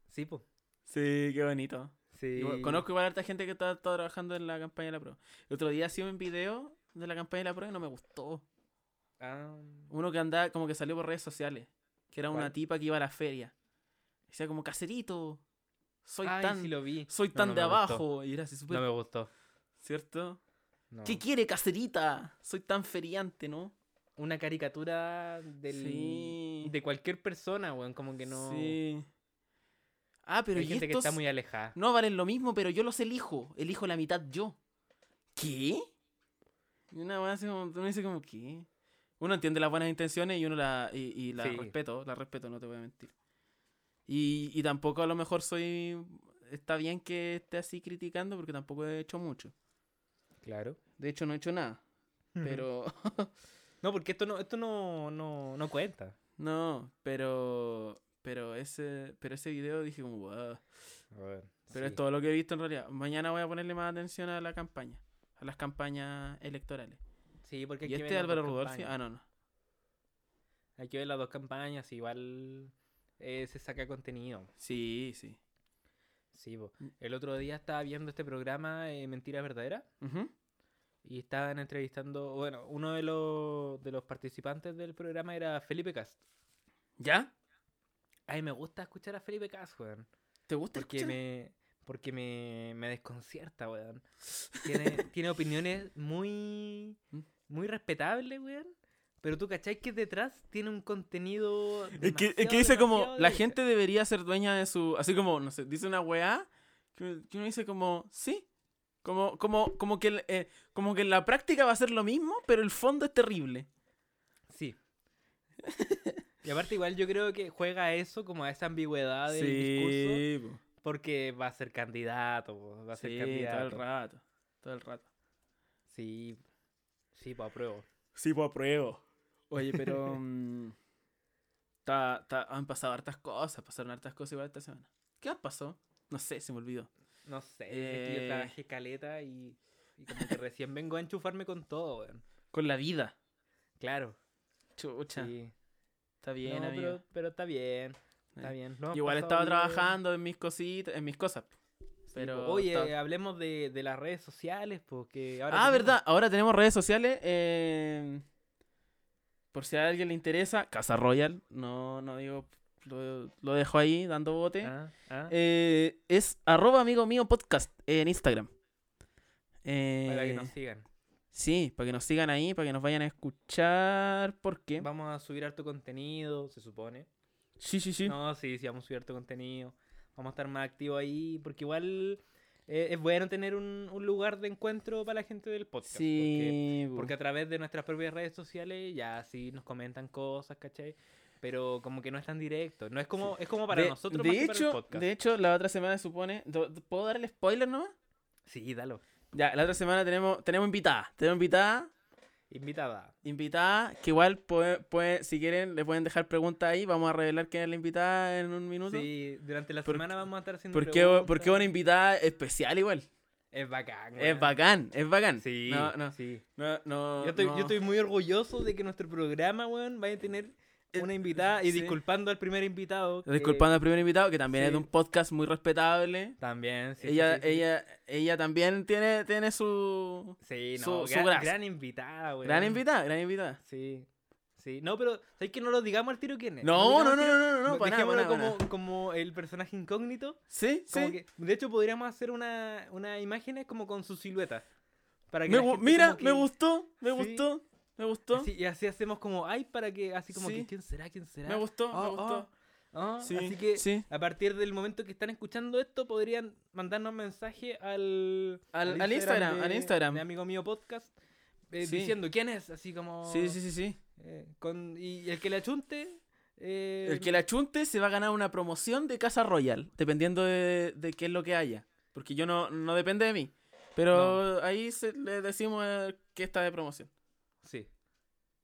B: Sí, pues.
A: Sí, qué bonito.
B: Sí.
A: Igual- Conozco igual harta gente que está, está trabajando en la campaña de la prueba. El otro día hacía un video de la campaña de la prueba y no me gustó.
B: Ah,
A: Uno que andaba, como que salió por redes sociales, que era una
B: ¿Cuál?
A: tipa que iba a la feria. Decía como, caserito, soy
B: ay,
A: tan,
B: sí lo vi.
A: soy
B: No,
A: tan
B: no
A: de
B: me gustó.
A: abajo. Y era así súper,
B: No me gustó.
A: ¿cierto?
B: no.
A: ¿Qué quiere, caserita? Soy tan feriante, ¿no?
B: Una caricatura del,
A: Sí.
B: de cualquier persona, weón. Como que no.
A: Sí. Ah, pero
B: Hay
A: y
B: gente que
A: estos
B: está muy alejada.
A: no valen lo mismo, pero yo los elijo. Elijo la mitad yo. ¿Qué? Y una weá así como, uno dice como, ¿qué? Uno entiende las buenas intenciones y uno la, y, y la
B: Sí.
A: respeto, la respeto, no te voy a mentir. Y, y tampoco a lo mejor soy, está bien que esté así criticando porque tampoco he hecho mucho.
B: Claro.
A: De hecho no he hecho nada, pero,
B: No, porque esto no, esto no, no, no cuenta.
A: no, pero, pero ese, pero ese video dije como, wow. Pero es
B: esto.
A: todo lo que he visto en realidad. Mañana voy a ponerle más atención a la campaña, a las campañas electorales.
B: Sí, porque hay
A: ¿Y
B: que
A: este
B: ver las dos
A: Álvaro Rudolfi?
B: campañas.
A: Ah, no, no.
B: ah, Hay que ver las dos campañas, igual eh, se saca contenido.
A: Sí, sí.
B: Sí, po.
A: Mm.
B: El otro día estaba viendo este programa eh, Mentiras Verdaderas
A: Ujú.
B: y estaban entrevistando, bueno, uno de los, de los participantes del programa era Felipe Cast.
A: ¿Ya?
B: Ay, me gusta escuchar a Felipe Cast, weón.
A: ¿Te gusta
B: Porque
A: escuchar?
B: me, porque me, me desconcierta, weón. Tiene, tiene opiniones muy,
A: Mm.
B: muy respetables, weón. Pero tú cachai que detrás tiene un contenido.
A: Es que, es que
B: demasiado,
A: dice como,
B: demasiado
A: la
B: de
A: gente debería ser dueña de su... Así como, no sé, dice una weá que, que uno dice como, sí. Como, como, como, que, el- eh, como que en la práctica va a ser lo mismo, pero el fondo es terrible.
B: Sí. Y aparte igual yo creo que juega a eso, como a esa ambigüedad del discurso,
A: po.
B: porque va a ser candidato, po, va a ser
A: sí, todo el
B: candidato.
A: rato. Todo el rato.
B: Sí, sí, pues apruebo.
A: Sí, pues apruebo. Oye, pero. mm, ta- ta- han pasado hartas cosas, pasaron hartas cosas igual esta semana. ¿Qué han pasado? No sé, se me olvidó.
B: No sé, es que yo
A: Eh.
B: trabajé caleta y, y como que recién vengo a enchufarme con todo, weón.
A: Con la vida.
B: Claro.
A: Chucha.
B: sí.
A: Está bien,
B: No,
A: amigo.
B: pero, pero está bien. Está
A: Sí.
B: bien. no,
A: Igual
B: pasado
A: estaba
B: bien.
A: trabajando en mis cositas, en mis cosas. po.
B: Sí,
A: Pero
B: po. Oye,
A: estaba-
B: hablemos de, de las redes sociales, porque ahora.
A: Ah,
B: tenemos-
A: verdad. Ahora tenemos redes sociales. eh, por si a alguien le interesa, Casa Royal. No, no digo, lo, lo dejo ahí dando bote.
B: Ah, ah.
A: Eh, es arroba amigo mío podcast en Instagram. Eh,
B: Para que nos sigan.
A: Sí, para que nos sigan ahí, para que nos vayan a escuchar. Porque
B: Vamos a subir harto contenido, se supone.
A: Sí, sí, sí.
B: No, sí, sí, vamos a subir harto contenido. Vamos a estar más activos ahí, porque igual eh, es bueno tener un, un lugar de encuentro para la gente del podcast. porque-
A: sí,
B: Porque,
A: bu.
B: a través de nuestras propias redes sociales ya sí nos comentan cosas, ¿cachai? Pero como que no es tan directo. No es como, es como para
A: de,
B: nosotros
A: de
B: más que para el
A: hecho,
B: podcast.
A: de hecho, la otra semana supone. do- ¿Puedo dar el spoiler nomás?
B: Sí, dalo.
A: Ya, la otra semana tenemos, tenemos invitada. Tenemos invitada.
B: Invitada.
A: Invitada, que igual puede, puede- si quieren le pueden dejar preguntas ahí. Vamos a revelar quién es la invitada en un minuto.
B: Sí, durante la
A: ¿Por
B: semana
A: qué-
B: vamos a estar haciendo
A: Porque, porque
B: preguntas.
A: una invitada especial igual.
B: Es bacán,
A: Es
B: weón.
A: bacán, es bacán.
B: Sí,
A: No, no,
B: sí.
A: no, no,
B: Yo estoy,
A: no.
B: yo estoy muy orgulloso de que nuestro programa, weón, vaya a tener
A: Eh,
B: una invitada. Y
A: sí.
B: disculpando al primer invitado. que-
A: Disculpando al primer invitado, que también es
B: sí.
A: de un podcast muy respetable.
B: También, sí. sí,
A: ella,
B: sí, sí.
A: ella, ella también tiene, tiene su
B: Sí, no,
A: su- su
B: gran,
A: gracia.
B: gran invitada, weón.
A: gran invitada, gran invitada.
B: Sí. Sí. No, pero ¿sabes que no lo digamos al tiro quién es?
A: No, no, no,
B: Eh, digamos al tiro-
A: no, no, no, para nada,
B: dejémoslo
A: para nada, para nada.
B: como, como el personaje incógnito.
A: Sí,
B: Como
A: sí.
B: que- de hecho, podríamos hacer una, una imágenes como con su silueta. Para que
A: Me
B: la
A: gu-
B: gente
A: mira,
B: como que-
A: me gustó, me
B: Sí.
A: gustó, me gustó,
B: así- y así hacemos como, ay, para que, así como que,
A: Sí.
B: ¿quién será? ¿Quién será?
A: me gustó, me
B: Oh,
A: gustó.
B: Ah,
A: Sí,
B: así que
A: sí.
B: a partir del momento que están escuchando esto, podrían mandarnos mensaje al,
A: Al- al Instagram, al Instagram.
B: de amigo mío podcast. eh,
A: Sí.
B: Diciendo quién es, así como.
A: Sí, sí, sí, sí.
B: eh, con, y el que le achunte. eh,
A: El que la chunte se va a ganar una promoción de Casa Royal, dependiendo de, de qué es lo que haya. Porque yo no, no depende de mí. Pero ahí se- le decimos eh, que está de promoción.
B: Sí.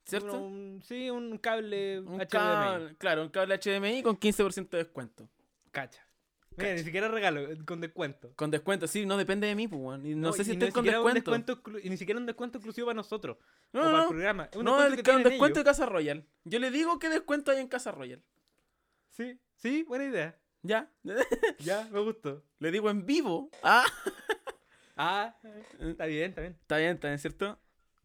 A: ¿Cierto?
B: Uno- un- sí, un cable
A: Un
B: HDMI.
A: cable, claro, un cable HDMI con 15% de descuento.
B: Cacha. Mira, ni
A: Cacha.
B: siquiera regalo, eh, con descuento.
A: Con descuento, sí, no depende de mí, pues, weón. Y No, sé
B: y
A: si estoy
B: ni
A: con
B: siquiera un
A: descuento.
B: exclu- y ni siquiera un descuento exclusivo para nosotros.
A: No,
B: o para el
A: no, no.
B: programa. es un
A: No, el,
B: descuento que
A: con
B: tienen
A: descuento de
B: ellos.
A: Casa Royal. Yo le digo qué descuento hay en Casa Royal.
B: Sí, sí, buena idea.
A: Ya.
B: Ya, me gustó.
A: le digo en vivo. Ah,
B: Ah, está bien, está bien.
A: está bien, está bien, ¿cierto?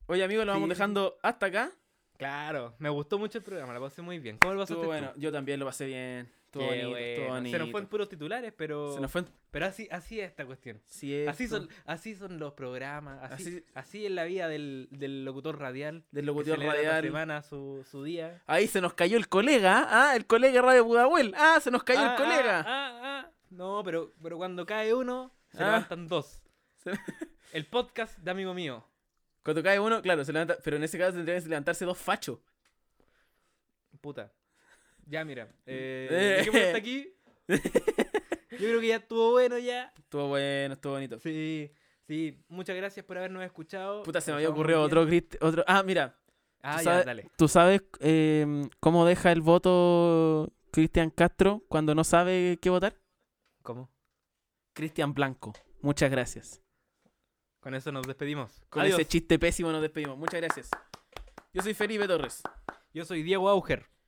A: Oye, amigo, lo vamos
B: Sí.
A: dejando hasta acá.
B: Claro, me gustó mucho el programa, la pasé muy bien. ¿Cómo lo pasaste
A: Estuvo bueno,
B: tú?
A: yo también lo pasé bien. Estuvo
B: Qué
A: bonito, estuvo
B: bueno. Se nos
A: bonito.
B: fueron puros titulares, pero
A: Se nos fue.
B: pero así así es esta cuestión. Así son así son los programas, así así,
A: Así-
B: es la vida del, del locutor radial.
A: del
B: que
A: locutor
B: celebra cada
A: radial.
B: semana su, su día.
A: Ahí se nos cayó el colega. Ah, el colega Radio Budahuel. Ah, se nos cayó
B: Ah,
A: el colega.
B: ah, ah, ah. No, pero pero cuando cae uno se
A: Ah.
B: levantan dos.
A: Se-
B: El podcast de amigo mío.
A: Cuando cae uno, claro, se levanta. Pero en ese caso tendrían que levantarse dos fachos.
B: Puta. Ya mira, eh,
A: Eh.
B: dejémoslo hasta aquí. Yo creo que ya estuvo bueno ya.
A: Estuvo bueno, estuvo bonito.
B: Sí, sí, muchas gracias por habernos escuchado.
A: Puta, se me
B: Nos
A: había
B: vamos
A: ocurrido
B: bien.
A: otro grit- otro. Ah, mira,
B: Ah, ya,
A: tú sabes-
B: dale.
A: ¿tú sabes eh, cómo deja el voto Cristian Castro cuando no sabe qué votar?
B: ¿Cómo?
A: Cristian Blanco. Muchas gracias.
B: Con eso nos despedimos.
A: Con
B: Adiós.
A: ese chiste pésimo nos despedimos. Muchas gracias. Yo soy Felipe Torres.
B: Yo soy Diego Auger. Uh.